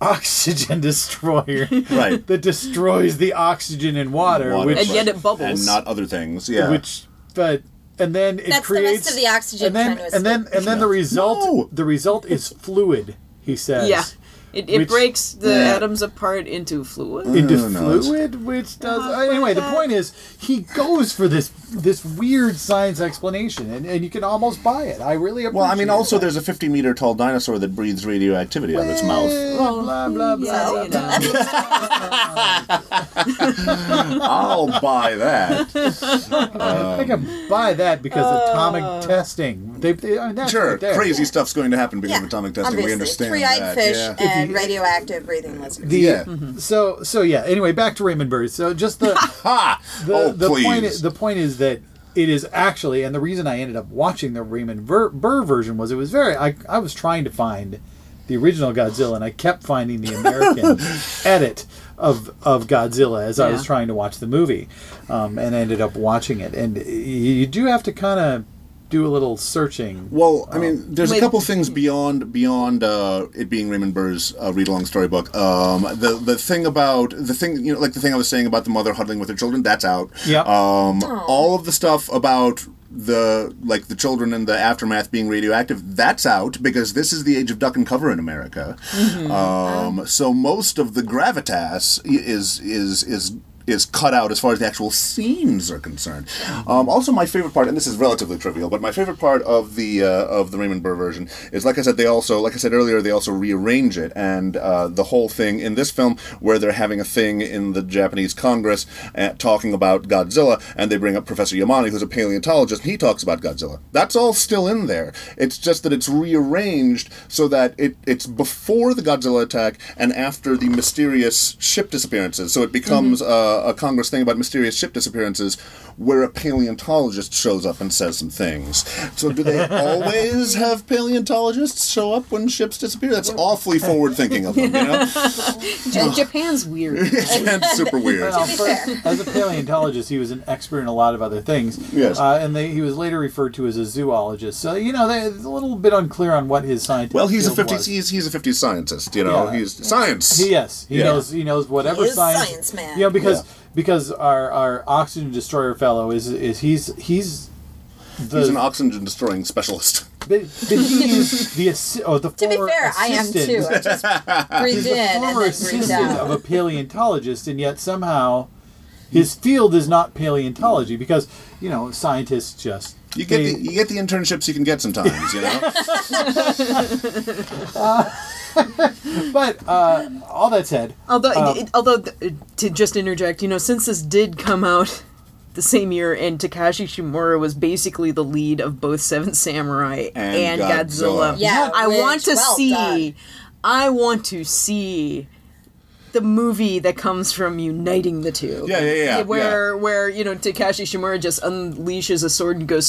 [SPEAKER 2] oxygen destroyer
[SPEAKER 3] right.
[SPEAKER 2] that destroys the oxygen in water,
[SPEAKER 3] Water,
[SPEAKER 2] which
[SPEAKER 5] And yet it bubbles.
[SPEAKER 3] And not other things. Yeah.
[SPEAKER 2] which but and then it
[SPEAKER 4] That's the rest
[SPEAKER 2] creates
[SPEAKER 4] of the oxygen
[SPEAKER 2] and then
[SPEAKER 4] trying to
[SPEAKER 2] and then and then the result
[SPEAKER 3] No.
[SPEAKER 2] the result is fluid he says
[SPEAKER 5] yeah, it, it
[SPEAKER 2] Which-
[SPEAKER 5] breaks the
[SPEAKER 3] Yeah.
[SPEAKER 5] atoms apart into fluid.
[SPEAKER 2] into
[SPEAKER 3] No, no, it's-
[SPEAKER 2] fluid, which does anyway. The point is, he goes for this this weird science explanation, and, and you can almost buy it. I really appreciate.
[SPEAKER 3] well, I mean, also
[SPEAKER 2] that.
[SPEAKER 3] there's a 50 meter tall dinosaur that breathes radioactivity out of its mouth.
[SPEAKER 2] Blah blah blah.
[SPEAKER 5] yeah, you know.
[SPEAKER 3] I'll buy that.
[SPEAKER 2] I can buy that because atomic testing. They, they, I mean, that's
[SPEAKER 3] Sure,
[SPEAKER 2] right there.
[SPEAKER 3] crazy stuff's going to happen because
[SPEAKER 4] Yeah,
[SPEAKER 3] of atomic testing.
[SPEAKER 4] obviously.
[SPEAKER 3] We understand
[SPEAKER 4] Three-eyed
[SPEAKER 3] that.
[SPEAKER 4] fish
[SPEAKER 3] yeah.
[SPEAKER 4] and radioactive breathing lizards.
[SPEAKER 2] The, Mm-hmm.
[SPEAKER 3] Yeah.
[SPEAKER 2] So so yeah. Anyway, back to Raymond Burr. So just the
[SPEAKER 3] Ha!
[SPEAKER 2] the,
[SPEAKER 3] oh,
[SPEAKER 2] the
[SPEAKER 3] please.
[SPEAKER 2] point is, the point is that it is actually, and the reason I ended up watching the Raymond Burr, Burr version was it was very. I I was trying to find the original Godzilla, and I kept finding the American edit of of Godzilla as I was
[SPEAKER 5] Yeah.
[SPEAKER 2] trying to watch the movie, um, and I ended up watching it. And y- you do have to kind of do a little searching.
[SPEAKER 3] Well, I mean, there's a
[SPEAKER 5] Wait.
[SPEAKER 3] couple things beyond beyond uh, it being Raymond Burr's uh, read along storybook. Um, the the thing about the thing you know, like the thing I was saying about the mother huddling with her children, that's out.
[SPEAKER 2] Yep.
[SPEAKER 3] Um, all of the stuff about the like the children and the aftermath being radioactive, that's out because this is the age of duck and cover in America. Um, so most of the gravitas i- is is is is cut out as far as the actual scenes are concerned. Um, also, my favorite part, and this is relatively trivial, but my favorite part of the uh, of the Raymond Burr version is, like I said, they also, like I said earlier, they also rearrange it, and uh, the whole thing in this film where they're having a thing in the Japanese Congress uh, talking about Godzilla, and they bring up Professor Yamane, who's a paleontologist, and he talks about Godzilla. That's all still in there. It's just that it's rearranged so that it it's before the Godzilla attack and after the mysterious ship disappearances. So it becomes uh, a Congress thing about mysterious ship disappearances, where a paleontologist shows up and says some things. So do they always have paleontologists show up when ships disappear? That's awfully forward thinking of them. You know,
[SPEAKER 5] Ja- Japan's weird.
[SPEAKER 3] it's super weird.
[SPEAKER 2] Well, first, as a paleontologist, he was an expert in a lot of other things.
[SPEAKER 3] Yes.
[SPEAKER 2] Uh, and they, he was later referred to as a zoologist. So, you know, they, it's a little bit unclear on what his scientific
[SPEAKER 3] Well, he's a
[SPEAKER 2] field
[SPEAKER 3] fifty.
[SPEAKER 2] was.
[SPEAKER 3] He's, he's a fifty scientist. You know,
[SPEAKER 2] Yeah.
[SPEAKER 3] he's science.
[SPEAKER 2] He, yes, he
[SPEAKER 3] Yeah.
[SPEAKER 2] knows. He knows whatever
[SPEAKER 4] He is
[SPEAKER 2] science.
[SPEAKER 4] science man.
[SPEAKER 2] You know, because
[SPEAKER 3] Yeah.
[SPEAKER 2] because our, our oxygen destroyer fellow is is he's he's the
[SPEAKER 3] He's an oxygen destroying specialist.
[SPEAKER 2] but, but he is the assi- oh, the
[SPEAKER 4] To be
[SPEAKER 2] former
[SPEAKER 4] fair, I am
[SPEAKER 2] assistant.
[SPEAKER 4] too. I just breathed
[SPEAKER 2] He's
[SPEAKER 4] in
[SPEAKER 2] the
[SPEAKER 4] and then
[SPEAKER 2] former
[SPEAKER 4] breathed
[SPEAKER 2] assistant
[SPEAKER 4] out.
[SPEAKER 2] of a paleontologist, and yet somehow his field is not paleontology because you know scientists just
[SPEAKER 3] You get
[SPEAKER 2] they-
[SPEAKER 3] the, you get the internships you can get sometimes, you know.
[SPEAKER 2] But uh, all that said,
[SPEAKER 5] Although,
[SPEAKER 3] Um,
[SPEAKER 5] it, although th- to just interject, you know, since this did come out the same year, and Takashi Shimura was basically the lead of both Seven Samurai
[SPEAKER 3] And
[SPEAKER 5] and,
[SPEAKER 3] Godzilla.
[SPEAKER 5] Godzilla,
[SPEAKER 4] Yeah,
[SPEAKER 5] I want
[SPEAKER 4] which-
[SPEAKER 5] to
[SPEAKER 4] well
[SPEAKER 5] see,
[SPEAKER 4] done.
[SPEAKER 5] I want to see the movie that comes from uniting the two.
[SPEAKER 3] Yeah, yeah, yeah,
[SPEAKER 5] Where, where you know, Takashi Shimura just unleashes a sword and goes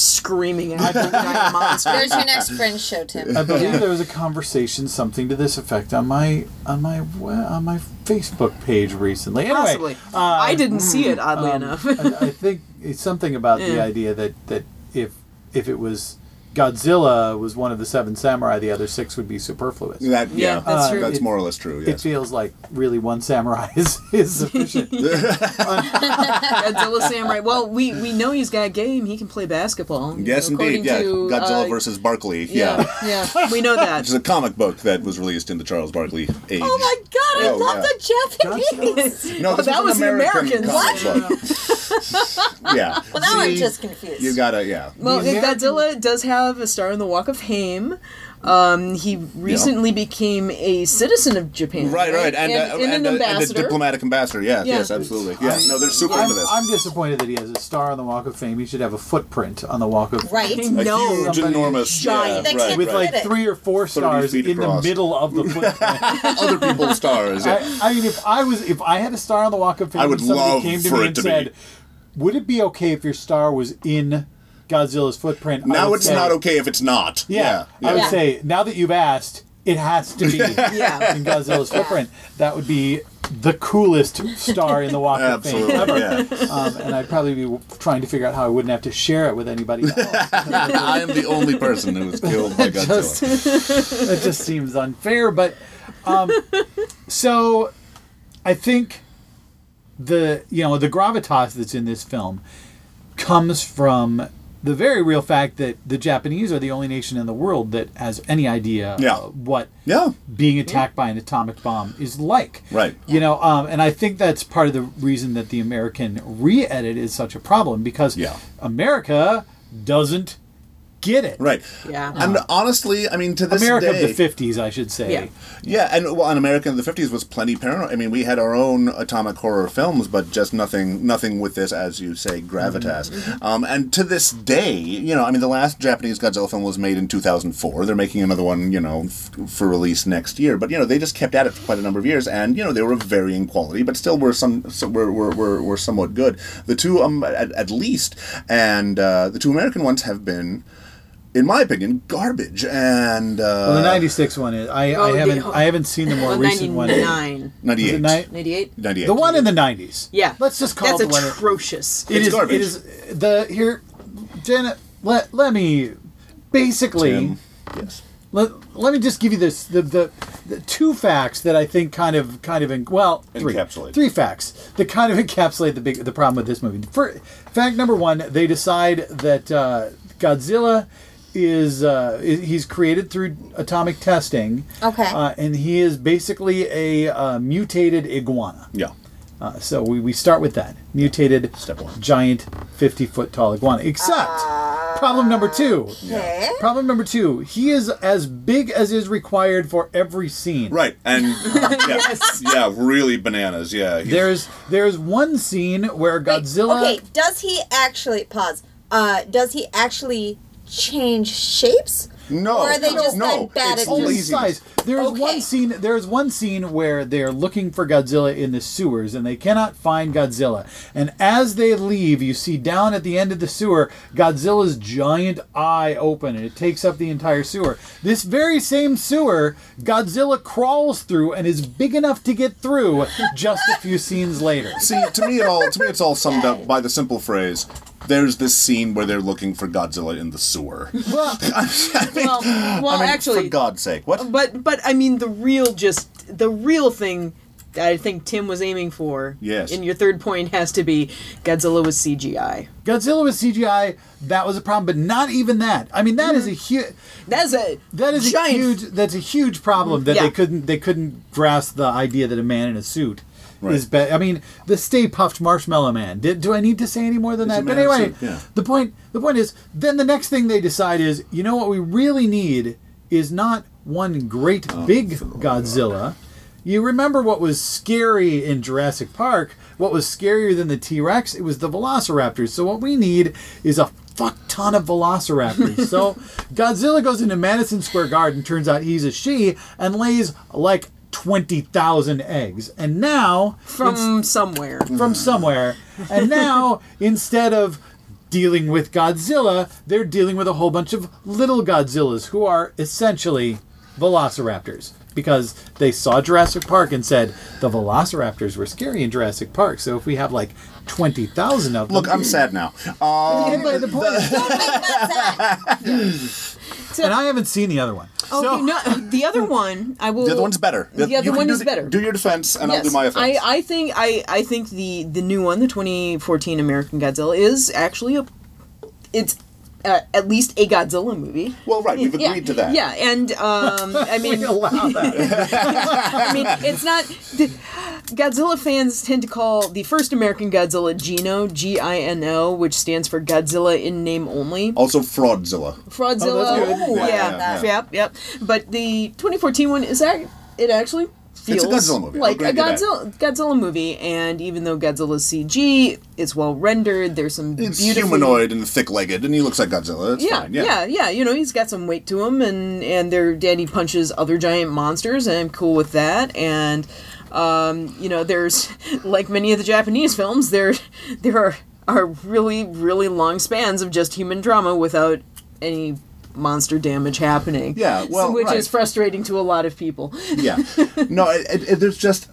[SPEAKER 5] screaming at the giant monster.
[SPEAKER 4] There's your next fringe show, Tim.
[SPEAKER 2] I believe there was a conversation, something to this effect, on my on my we- on my Facebook page recently. Anyway,
[SPEAKER 5] Possibly,
[SPEAKER 3] uh,
[SPEAKER 5] I didn't see it oddly
[SPEAKER 3] um,
[SPEAKER 5] enough.
[SPEAKER 2] I, I think it's something about the
[SPEAKER 5] Yeah.
[SPEAKER 2] idea that, that if if it was Godzilla was one of the seven samurai, the other six would be superfluous.
[SPEAKER 3] That, yeah,
[SPEAKER 5] Yeah, that's true.
[SPEAKER 3] That's
[SPEAKER 2] It-
[SPEAKER 3] more or less true.
[SPEAKER 2] It
[SPEAKER 3] Yes.
[SPEAKER 2] feels like really one samurai is, is sufficient.
[SPEAKER 5] Godzilla Samurai. Well, we we know he's got game. He can play basketball.
[SPEAKER 3] yes,
[SPEAKER 5] According
[SPEAKER 3] indeed. Yeah,
[SPEAKER 5] to,
[SPEAKER 3] Godzilla
[SPEAKER 5] uh,
[SPEAKER 3] versus Barkley. Yeah.
[SPEAKER 5] Yeah, yeah, we know that.
[SPEAKER 3] which is a comic book that was released in the Charles Barkley age.
[SPEAKER 4] Oh my god, I
[SPEAKER 3] Oh,
[SPEAKER 4] love
[SPEAKER 3] yeah.
[SPEAKER 4] the Japanese.
[SPEAKER 3] No, this
[SPEAKER 5] Oh, that
[SPEAKER 3] was an
[SPEAKER 5] was an
[SPEAKER 3] American,
[SPEAKER 5] American.
[SPEAKER 3] comic book. yeah.
[SPEAKER 4] Well, now I'm
[SPEAKER 3] See,
[SPEAKER 4] just confused.
[SPEAKER 3] You gotta, yeah.
[SPEAKER 5] Well,
[SPEAKER 2] The American-
[SPEAKER 5] Godzilla does have a star in the Walk of Fame. Um, he recently became a citizen of Japan.
[SPEAKER 3] Right, right, and uh,
[SPEAKER 5] and, an
[SPEAKER 3] uh,
[SPEAKER 5] ambassador.
[SPEAKER 3] a diplomatic ambassador. Yeah,
[SPEAKER 5] Yeah.
[SPEAKER 3] yes, absolutely. Yeah, no, they're super
[SPEAKER 2] I'm,
[SPEAKER 3] into this.
[SPEAKER 2] I'm disappointed that he has a star on the Walk of Fame. He should have a footprint on the Walk of
[SPEAKER 4] Right.
[SPEAKER 5] I
[SPEAKER 4] They
[SPEAKER 3] a
[SPEAKER 5] know.
[SPEAKER 3] huge, enormous,
[SPEAKER 5] giant.
[SPEAKER 3] yeah,
[SPEAKER 4] They
[SPEAKER 3] right,
[SPEAKER 4] can't
[SPEAKER 2] with
[SPEAKER 3] right.
[SPEAKER 2] like
[SPEAKER 4] Right.
[SPEAKER 2] three or four stars
[SPEAKER 3] feet
[SPEAKER 2] in the
[SPEAKER 3] across.
[SPEAKER 2] middle of the footprint.
[SPEAKER 3] other people's stars. Yeah.
[SPEAKER 2] I, I mean, if I was, if I had a star on the Walk of Fame,
[SPEAKER 3] I would
[SPEAKER 2] and somebody
[SPEAKER 3] love
[SPEAKER 2] came to
[SPEAKER 3] for
[SPEAKER 2] me
[SPEAKER 3] it
[SPEAKER 2] and
[SPEAKER 3] to be.
[SPEAKER 2] said, "Would it be okay if your star was in Godzilla's footprint?" I
[SPEAKER 3] now
[SPEAKER 2] would
[SPEAKER 3] it's
[SPEAKER 2] say-
[SPEAKER 3] not okay if it's not.
[SPEAKER 2] Yeah, I
[SPEAKER 3] yeah.
[SPEAKER 2] would
[SPEAKER 4] Yeah.
[SPEAKER 2] say now that you've asked, it has to be
[SPEAKER 5] Yeah.
[SPEAKER 2] in Godzilla's footprint. That would be the coolest star in the Walk of Fame
[SPEAKER 3] absolutely.
[SPEAKER 2] ever.
[SPEAKER 3] Yeah.
[SPEAKER 2] Um, and I'd probably be trying to figure out how I wouldn't have to share it with anybody else.
[SPEAKER 3] I am the only person who was killed by Godzilla.
[SPEAKER 2] Just- that just seems unfair. But um, so I think the you know the gravitas that's in this film comes from the very real fact that the Japanese are the only nation in the world that has any idea
[SPEAKER 3] Yeah.
[SPEAKER 2] uh, what
[SPEAKER 3] yeah.
[SPEAKER 2] being attacked by an atomic bomb is like.
[SPEAKER 3] Right.
[SPEAKER 2] You know, um, and I think that's part of the reason that the American re edit is such a problem because
[SPEAKER 3] Yeah.
[SPEAKER 2] America doesn't get it.
[SPEAKER 3] Right.
[SPEAKER 5] Yeah.
[SPEAKER 3] And honestly, I mean, to this
[SPEAKER 2] America
[SPEAKER 3] day,
[SPEAKER 2] of the 50s, I should say.
[SPEAKER 5] Yeah.
[SPEAKER 3] Yeah, and well, an American in the fifties was plenty paranoid. I mean, we had our own atomic horror films, but just nothing, nothing with this, as you say, gravitas. Um, and to this day, you know, I mean, the last Japanese Godzilla film was made in two thousand four. They're making another one, you know, f- for release next year. But you know, they just kept at it for quite a number of years, and you know, they were of varying quality, but still were some, so were, were, were, were somewhat good. The two, um, at, at least, and uh, the two American ones have been. In my opinion, garbage and uh,
[SPEAKER 2] Well, the '96 one is. I,
[SPEAKER 5] Oh,
[SPEAKER 2] I
[SPEAKER 5] the-
[SPEAKER 2] haven't. I haven't seen the more
[SPEAKER 5] Well,
[SPEAKER 2] recent one.
[SPEAKER 5] 99.
[SPEAKER 2] The,
[SPEAKER 3] 98.
[SPEAKER 2] ni-
[SPEAKER 5] 98?
[SPEAKER 3] 98.
[SPEAKER 2] the one in the '90s.
[SPEAKER 5] Yeah.
[SPEAKER 2] Let's just call it the
[SPEAKER 5] That's
[SPEAKER 2] one.
[SPEAKER 5] atrocious.
[SPEAKER 2] it
[SPEAKER 3] It's
[SPEAKER 2] is.
[SPEAKER 3] garbage.
[SPEAKER 2] It is the here, Janet. Let let me basically.
[SPEAKER 3] Tim. Yes.
[SPEAKER 2] Let, let me just give you this the, the, the two facts that I think kind of kind of en- well three
[SPEAKER 3] Encapsulate.
[SPEAKER 2] three facts that kind of encapsulate the big the problem with this movie. For, fact number one, they decide that uh, Godzilla is uh, i- he's created through atomic testing.
[SPEAKER 4] Okay.
[SPEAKER 2] uh, and he is basically a uh, mutated iguana.
[SPEAKER 3] Yeah.
[SPEAKER 2] Uh, so we, we start with that mutated
[SPEAKER 3] Step one.
[SPEAKER 2] giant fifty foot tall iguana. Except problem number two.
[SPEAKER 4] Uh, Okay.
[SPEAKER 2] Problem number two, he is as big as is required for every scene.
[SPEAKER 3] Right. And yeah, yeah, really bananas. Yeah. He's-
[SPEAKER 2] There's there's one scene where Godzilla
[SPEAKER 4] Okay, does he actually pause? Uh, does he actually change shapes?
[SPEAKER 3] no.
[SPEAKER 4] Or are they just
[SPEAKER 3] no,
[SPEAKER 4] like bad
[SPEAKER 3] it's
[SPEAKER 4] at
[SPEAKER 2] only
[SPEAKER 4] Only
[SPEAKER 3] laziness.
[SPEAKER 2] size. There's
[SPEAKER 4] Okay.
[SPEAKER 2] one scene there's one scene where they're looking for Godzilla in the sewers and they cannot find Godzilla. And as they leave, you see down at the end of the sewer Godzilla's giant eye open and it takes up the entire sewer. This very same sewer Godzilla crawls through and is big enough to get through just a few scenes later.
[SPEAKER 3] See, to me, it all to me, it's all summed up by the simple phrase. There's this scene where they're looking for Godzilla in the sewer.
[SPEAKER 2] Well,
[SPEAKER 5] well, well
[SPEAKER 3] I mean,
[SPEAKER 5] actually,
[SPEAKER 3] for God's sake, what?
[SPEAKER 5] but but I mean the real just the real thing I think Tim was aiming for.
[SPEAKER 3] Yes.
[SPEAKER 5] And your third point has to be Godzilla was CGI.
[SPEAKER 2] Godzilla with CGI, that was a problem, but not even that. I mean, that is a huge.
[SPEAKER 5] That's a
[SPEAKER 2] That is
[SPEAKER 5] Mm. giant
[SPEAKER 2] a huge. That's a huge problem that
[SPEAKER 5] Yeah.
[SPEAKER 2] they couldn't. They couldn't grasp the idea that a man in a suit
[SPEAKER 3] Right.
[SPEAKER 2] is better. I mean, the Stay Puffed Marshmallow Man. Did, do I need to say any more than
[SPEAKER 3] He's a
[SPEAKER 2] that? But
[SPEAKER 3] man in a
[SPEAKER 2] anyway,
[SPEAKER 3] suit, yeah.
[SPEAKER 2] the point. The point is, then the next thing they decide is, you know what we really need is not one great
[SPEAKER 3] Oh,
[SPEAKER 2] big Godzilla. You remember what was scary in Jurassic Park? What was scarier than the T Rex? It was the Velociraptors. So what we need is a fuck ton of Velociraptors. so Godzilla goes into Madison Square Garden, turns out he's a she, and lays like twenty thousand eggs. And now
[SPEAKER 5] from somewhere.
[SPEAKER 2] from somewhere. And now, instead of dealing with Godzilla, they're dealing with a whole bunch of little Godzillas who are essentially velociraptors. Because they saw Jurassic Park and said the velociraptors were scary in Jurassic Park. So if we have like 20,000 of them.
[SPEAKER 3] Look, I'm sad now. Um,
[SPEAKER 2] Anyway, the point is-
[SPEAKER 4] Don't make that sad.
[SPEAKER 2] and I haven't seen the other one.
[SPEAKER 5] Okay,
[SPEAKER 2] so,
[SPEAKER 5] no, Oh, the other one I will.
[SPEAKER 3] the other one's better.
[SPEAKER 5] The
[SPEAKER 3] you
[SPEAKER 5] other
[SPEAKER 3] can
[SPEAKER 5] one
[SPEAKER 3] do
[SPEAKER 5] is
[SPEAKER 3] the-
[SPEAKER 5] better.
[SPEAKER 3] Do your defense, and I'll do my offense.
[SPEAKER 5] I, I think I, I think the the new one, the 2014 American Godzilla, is actually a it's uh, at least a Godzilla movie.
[SPEAKER 3] well, right, we've agreed
[SPEAKER 5] yeah,
[SPEAKER 3] to that.
[SPEAKER 5] Yeah, and um, I mean,
[SPEAKER 2] we allow that.
[SPEAKER 5] I mean, it's not. The, Godzilla fans tend to call the first American Godzilla Gino, G I N O, which stands for Godzilla in name only.
[SPEAKER 3] Also, Fraudzilla.
[SPEAKER 5] Fraudzilla.
[SPEAKER 2] Oh, that's
[SPEAKER 4] good.
[SPEAKER 5] yeah,
[SPEAKER 4] Yeah,
[SPEAKER 5] yeah,
[SPEAKER 4] yeah,
[SPEAKER 5] yep, yep. But the 2014 one is that it actually
[SPEAKER 3] It's
[SPEAKER 5] feels
[SPEAKER 3] a Godzilla movie. I'll
[SPEAKER 5] like a
[SPEAKER 3] grant you that.
[SPEAKER 5] Godzilla Godzilla movie, and even though Godzilla's CG, it's well rendered. There's some
[SPEAKER 3] It's
[SPEAKER 5] beautifully-
[SPEAKER 3] humanoid and thick-legged, and he looks like Godzilla. That's
[SPEAKER 5] yeah,
[SPEAKER 3] fine.
[SPEAKER 5] yeah, yeah, You know, he's got some weight to him, and and there, Danny punches other giant monsters, and I'm cool with that. And um, you know, there's like many of the Japanese films, there there are are really really long spans of just human drama without any monster damage happening.
[SPEAKER 3] Yeah,
[SPEAKER 5] So-
[SPEAKER 3] well,
[SPEAKER 5] which
[SPEAKER 3] right.
[SPEAKER 5] is frustrating to a lot of people.
[SPEAKER 3] yeah. No, it, it, it- there's just.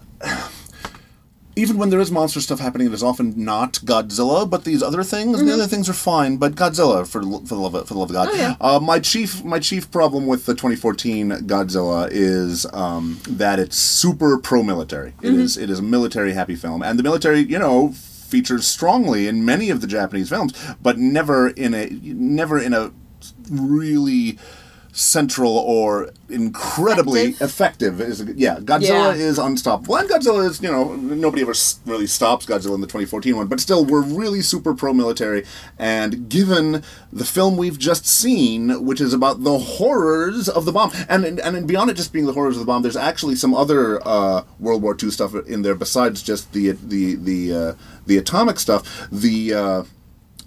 [SPEAKER 3] Even when there is monster stuff happening, it is often not Godzilla, but these other things,
[SPEAKER 5] Mm-hmm.
[SPEAKER 3] the other things are fine. But Godzilla, for l- for the love of, for the love of God,
[SPEAKER 5] Oh, yeah.
[SPEAKER 3] uh, my chief my chief problem with the 2014 Godzilla is um, that it's super pro military. It
[SPEAKER 5] Mm-hmm.
[SPEAKER 3] is it is a military happy film, and the military, you know, features strongly in many of the Japanese films, but never in a never in a really central or incredibly effective. is a, yeah, Godzilla
[SPEAKER 5] Yeah.
[SPEAKER 3] is unstoppable. And Godzilla is, you know, nobody ever s- really stops Godzilla in the 2014 one, but still, we're really super pro military. And given the film we've just seen, which is about the horrors of the bomb, and and, and beyond it just being the horrors of the bomb, there's actually some other uh, World War II stuff in there besides just the the the uh, the atomic stuff. The uh,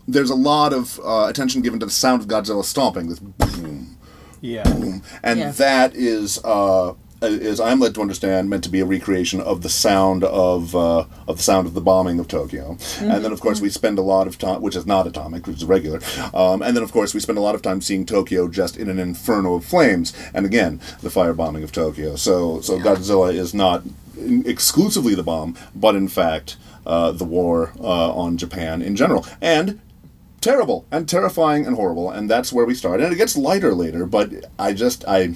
[SPEAKER 3] there's a lot of uh, attention given to the sound of Godzilla stomping. This boom,
[SPEAKER 2] Yeah.
[SPEAKER 3] and
[SPEAKER 5] Yeah.
[SPEAKER 3] that is uh, is I'm led to understand meant to be a recreation of the sound of uh, of the sound of the bombing of Tokyo, and then of course we spend a lot of time, which is not atomic, which is regular, um, and then of course we spend a lot of time seeing Tokyo just in an inferno of flames, and again the firebombing of Tokyo. So so Godzilla is not in- exclusively the bomb, but in fact uh, the war uh, on Japan in general, and terrible and terrifying and horrible and that's where we start and it gets lighter later but i just i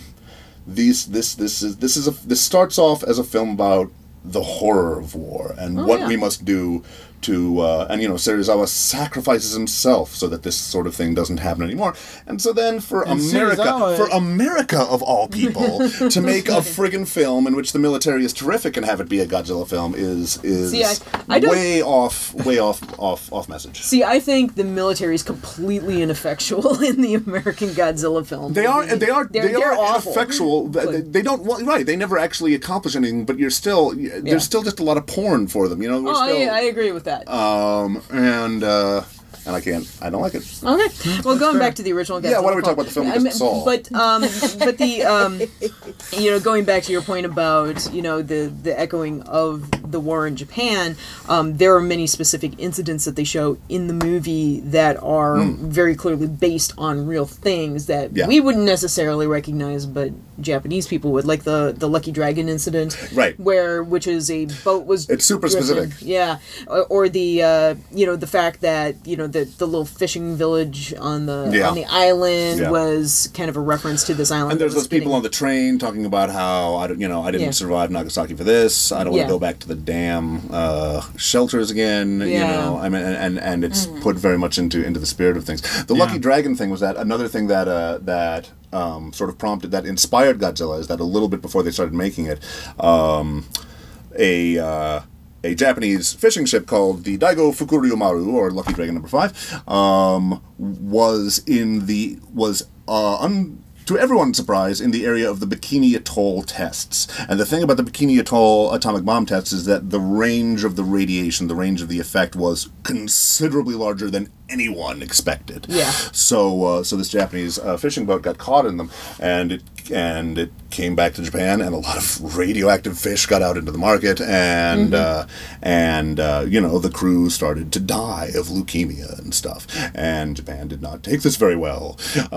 [SPEAKER 3] these this this is this is a this starts off as a film about the horror of war and what
[SPEAKER 5] Oh, yeah.
[SPEAKER 3] we must do to uh, and you know Serizawa sacrifices himself so that this sort of thing doesn't happen anymore and so then for
[SPEAKER 2] And
[SPEAKER 3] America
[SPEAKER 2] Serizawa-
[SPEAKER 3] for America of all people to make a friggin' film in which the military is terrific and have it be a Godzilla film is is
[SPEAKER 5] See, I- I don't-
[SPEAKER 3] way off way off off off message
[SPEAKER 5] See, I think the military is completely ineffectual in the American Godzilla film.
[SPEAKER 3] They are.
[SPEAKER 5] movie.
[SPEAKER 3] They are.
[SPEAKER 5] They're,
[SPEAKER 3] They're,
[SPEAKER 5] they're
[SPEAKER 3] are
[SPEAKER 5] awful.
[SPEAKER 3] ineffectual. They- they- they don't. Well, right. They never actually accomplish anything. But you're still. There's still just a lot of porn for them. You know. We're
[SPEAKER 5] Oh,
[SPEAKER 3] still,
[SPEAKER 5] I, I agree with that.
[SPEAKER 3] um. And uh. And I can't. I don't like it.
[SPEAKER 5] Okay. Well, going back to the original Godzilla.
[SPEAKER 3] Yeah, why don't we talk
[SPEAKER 5] film.
[SPEAKER 3] about the film we
[SPEAKER 5] I
[SPEAKER 3] just
[SPEAKER 5] mean,
[SPEAKER 3] saw?
[SPEAKER 5] But um, but the um, you know, going back to your point about you know the the echoing of the war in Japan, um, there are many specific incidents that they show in the movie that are very clearly based on real things that
[SPEAKER 3] Hmm. Yeah.
[SPEAKER 5] we wouldn't necessarily recognize, but Japanese people would, like the the Lucky Dragon incident,
[SPEAKER 3] Right.
[SPEAKER 5] Where which is a boat was
[SPEAKER 3] It's super
[SPEAKER 5] driven-
[SPEAKER 3] specific.
[SPEAKER 5] yeah, or, or the uh, you know the fact that you know the, the little fishing village on the
[SPEAKER 3] Yeah.
[SPEAKER 5] on the island
[SPEAKER 3] Yeah.
[SPEAKER 5] was kind of a reference to this island.
[SPEAKER 3] And there's
[SPEAKER 5] that was
[SPEAKER 3] those people
[SPEAKER 5] getting-
[SPEAKER 3] on the train talking about how I don't, you know, I didn't
[SPEAKER 5] Yeah.
[SPEAKER 3] survive Nagasaki for this. I don't want
[SPEAKER 5] Yeah.
[SPEAKER 3] to go back to the damn uh, shelters again. You
[SPEAKER 5] Yeah. Mm.
[SPEAKER 3] know, I mean, and and, and it's put very much into into the spirit of things. The Lucky Dragon thing was that another thing that uh, that um, sort of prompted that inspired Godzilla is that a little bit before they started making it, um, a uh, a Japanese fishing ship called the Daigo Fukuryu Maru or Lucky Dragon Number Five um, was in the was uh, un, to everyone's surprise in the area of the Bikini Atoll tests. And the thing about the Bikini Atoll atomic bomb tests is that the range of the radiation, the range of the effect, was considerably larger than anyone expected.
[SPEAKER 5] Yeah.
[SPEAKER 3] So uh, so this Japanese uh, fishing boat got caught in them, and it and it came back to Japan, and a lot of radioactive fish got out into the market, and uh, and uh, you know the crew started to die of leukemia and stuff, and Japan did not take this very well.
[SPEAKER 5] as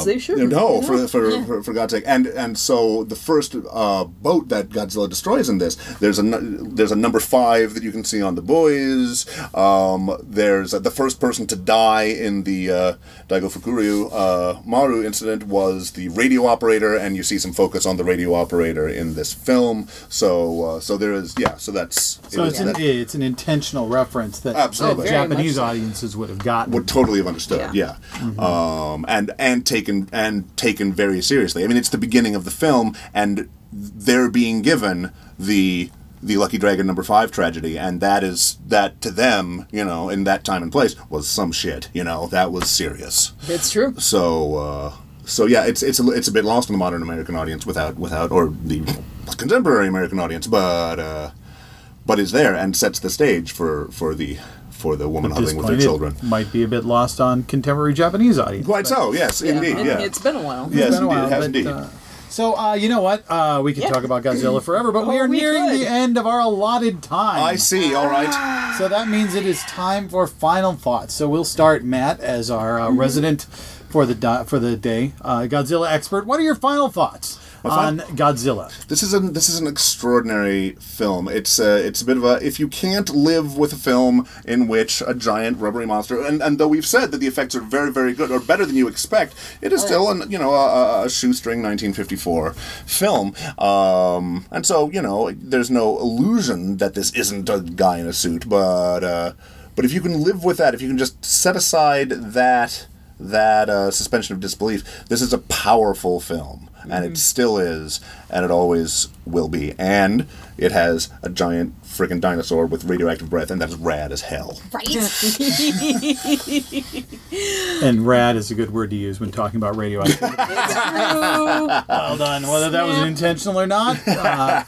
[SPEAKER 3] Um,
[SPEAKER 5] they should,
[SPEAKER 3] No,
[SPEAKER 5] you know?
[SPEAKER 3] for, for, for for God's sake, and and so the first uh, boat that Godzilla destroys in this, there's a nu- there's a number five that you can see on the buoys. Um, there's uh, the first person to die in the uh, Daigo Fukuryu uh, Maru incident was the radio operator, and you see some focus on the radio operator in this film. So uh, so there is yeah, so that's
[SPEAKER 2] So
[SPEAKER 3] it
[SPEAKER 2] it's an,
[SPEAKER 3] is- that
[SPEAKER 2] it's an intentional reference that, that
[SPEAKER 3] Absolutely. Oh,
[SPEAKER 5] very
[SPEAKER 2] Japanese
[SPEAKER 5] much so.
[SPEAKER 2] audiences would have gotten.
[SPEAKER 3] would totally have understood.
[SPEAKER 5] Yeah.
[SPEAKER 3] Yeah,
[SPEAKER 2] Mm-hmm.
[SPEAKER 3] um, and and taken and taken very seriously. I mean, it's the beginning of the film, and they're being given the the Lucky Dragon number five tragedy, and that is that to them, you know, in that time and place was some shit. You know, that was serious.
[SPEAKER 5] It's true.
[SPEAKER 3] So uh, so yeah, it's it's a, it's a bit lost in the modern American audience without without or the contemporary American audience, but uh, but is there and sets the stage for for the for the woman
[SPEAKER 2] At this
[SPEAKER 3] huddling with
[SPEAKER 2] point,
[SPEAKER 3] her
[SPEAKER 2] it
[SPEAKER 3] children.
[SPEAKER 2] might be a bit lost on contemporary Japanese audiences.
[SPEAKER 3] Quite so, yes, indeed,
[SPEAKER 5] And
[SPEAKER 3] yeah.
[SPEAKER 5] It's been a while.
[SPEAKER 3] yes,
[SPEAKER 2] It's been a
[SPEAKER 3] indeed,
[SPEAKER 2] while,
[SPEAKER 3] it has
[SPEAKER 2] but,
[SPEAKER 3] indeed.
[SPEAKER 2] uh, so uh, you know what? Uh, we could
[SPEAKER 5] Yeah.
[SPEAKER 2] talk about Godzilla forever, but we
[SPEAKER 5] Oh,
[SPEAKER 2] are
[SPEAKER 5] we
[SPEAKER 2] nearing
[SPEAKER 5] could.
[SPEAKER 2] the end of our allotted time.
[SPEAKER 3] I see, all right.
[SPEAKER 2] So that means it is time for final thoughts. So we'll start Matt as our
[SPEAKER 3] Mm-hmm.
[SPEAKER 2] uh, resident for the di- for the day uh, Godzilla expert. What are your final thoughts on Godzilla?
[SPEAKER 3] This is an this is an extraordinary film. It's uh, it's a bit of a if you can't live with a film in which a giant rubbery monster and, and though we've said that the effects are very very good or better than you expect, it is still an you know a, a- a shoestring 1954 film. Um, and so you know there's no illusion that this isn't a guy in a suit, but uh, but if you can live with that, if you can just set aside that that uh, suspension of disbelief. This is a powerful film, and it still is, and it always will be. And it has a giant freaking dinosaur with radioactive breath, and that's rad as hell.
[SPEAKER 4] Right?
[SPEAKER 2] And rad is a good word to use when talking about radioactivity. well done. Whether that was intentional or not, uh,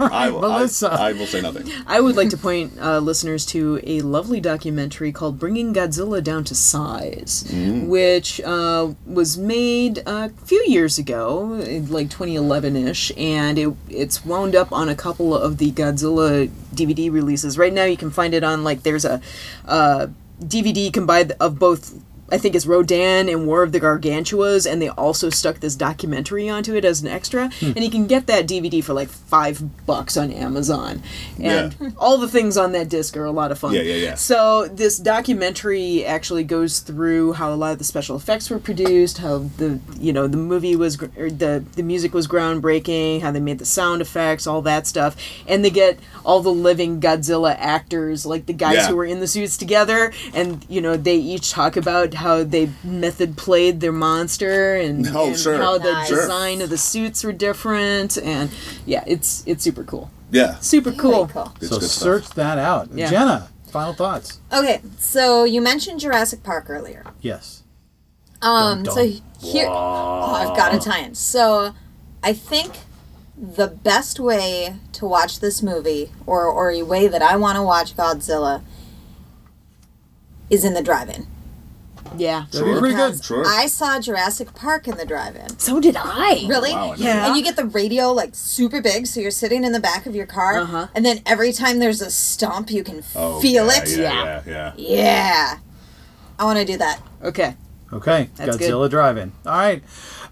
[SPEAKER 3] I, will, I,
[SPEAKER 2] Melissa.
[SPEAKER 3] I will say nothing.
[SPEAKER 5] I would like to point uh, listeners to a lovely documentary called "Bringing Godzilla Down to Size," which uh, was made a few years ago, in, like 2011-ish, and it it's wound up on a couple of the Godzilla DVD releases. Right now, you can find it on like there's a uh, DVD combined of both I think it's Rodan and War of the Gargantuas, and they also stuck this documentary onto it as an extra. And you can get that DVD for like five bucks on Amazon. And
[SPEAKER 3] Yeah.
[SPEAKER 5] all the things on that disc are a lot of fun.
[SPEAKER 3] Yeah, yeah, yeah.
[SPEAKER 5] So this documentary actually goes through how a lot of the special effects were produced, how the you know the movie was gr- or the the music was groundbreaking, how they made the sound effects, all that stuff, and they get all the living Godzilla actors, like the guys
[SPEAKER 3] Yeah.
[SPEAKER 5] who were in the suits together, and you know they each talk about how they method played their monster and,
[SPEAKER 3] Oh,
[SPEAKER 5] and
[SPEAKER 3] sure.
[SPEAKER 5] how the
[SPEAKER 4] Nice.
[SPEAKER 5] design of the suits were different, and yeah, it's it's super cool,
[SPEAKER 3] Yeah.
[SPEAKER 5] super cool.
[SPEAKER 4] Very cool.
[SPEAKER 3] It's
[SPEAKER 2] so
[SPEAKER 3] good stuff.
[SPEAKER 2] search that out.
[SPEAKER 5] Yeah.
[SPEAKER 2] Jenna, final thoughts?
[SPEAKER 4] Okay, so you mentioned Jurassic Park earlier.
[SPEAKER 2] Yes.
[SPEAKER 4] Um,
[SPEAKER 2] Dun,
[SPEAKER 4] so
[SPEAKER 2] dun.
[SPEAKER 4] he- here, oh, I've got Italian. So I think the best way to watch this movie, or or a way that I want to watch Godzilla, is in the drive-in.
[SPEAKER 5] Yeah.
[SPEAKER 2] That'd be pretty good.
[SPEAKER 4] Because
[SPEAKER 3] Sure. Oh,
[SPEAKER 4] I saw Jurassic Park in the drive-in.
[SPEAKER 5] So did I.
[SPEAKER 4] Really?
[SPEAKER 3] Wow, I didn't
[SPEAKER 5] Yeah.
[SPEAKER 4] And you get the radio like super big, so you're sitting in the back of your car,
[SPEAKER 5] Uh-huh.
[SPEAKER 4] and then every time there's a stomp, you can
[SPEAKER 3] Oh,
[SPEAKER 4] feel
[SPEAKER 3] yeah,
[SPEAKER 4] it.
[SPEAKER 3] Yeah, yeah, yeah.
[SPEAKER 4] Yeah. I want to do that.
[SPEAKER 5] Okay.
[SPEAKER 2] Okay,
[SPEAKER 5] That's good.
[SPEAKER 2] Godzilla driving. All right.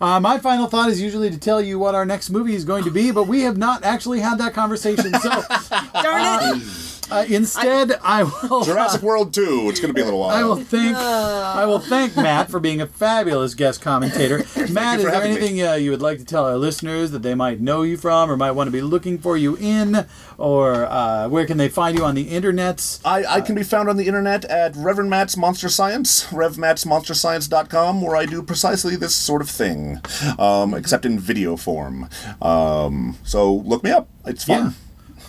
[SPEAKER 2] Uh, my final thought is usually to tell you what our next movie is going to be, but we have not actually had that conversation. So
[SPEAKER 5] Darn it.
[SPEAKER 2] Uh, instead, I, will.
[SPEAKER 3] Jurassic World 2. It's going to be a little while.
[SPEAKER 2] I will thank I will thank Matt for being a fabulous guest commentator. Matt, is
[SPEAKER 3] you for
[SPEAKER 2] there
[SPEAKER 3] having me.
[SPEAKER 2] anything uh, you would like to tell our listeners that they might know you from, or might want to be looking for you in, or uh, where can they find you on the internets?
[SPEAKER 3] I, I can be found on the internet at Reverend Matt's Monster Science, revmattsmonsterscience.com, where I do precisely this sort of thing, um, except in video form. Um, so look me up. It's fun.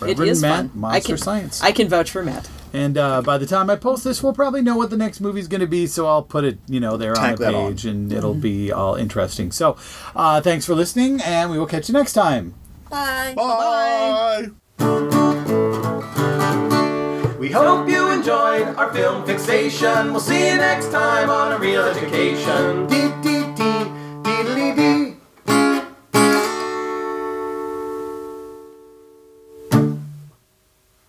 [SPEAKER 5] It
[SPEAKER 2] Reverend
[SPEAKER 5] is
[SPEAKER 2] Matt,
[SPEAKER 5] fun. I
[SPEAKER 2] Monster
[SPEAKER 5] can,
[SPEAKER 2] Science.
[SPEAKER 5] I can vouch for Matt.
[SPEAKER 2] and uh, by the time I post this, we'll probably know what the next movie's going to be, so I'll put it, you know, there
[SPEAKER 3] Tack
[SPEAKER 2] on the
[SPEAKER 3] that on. Mm-hmm.
[SPEAKER 2] page, and it'll be all interesting. So, uh, thanks for listening, and we will catch you next time.
[SPEAKER 4] Bye.
[SPEAKER 3] Bye.
[SPEAKER 1] We hope you enjoyed our film fixation. We'll see you next time on A Real Education.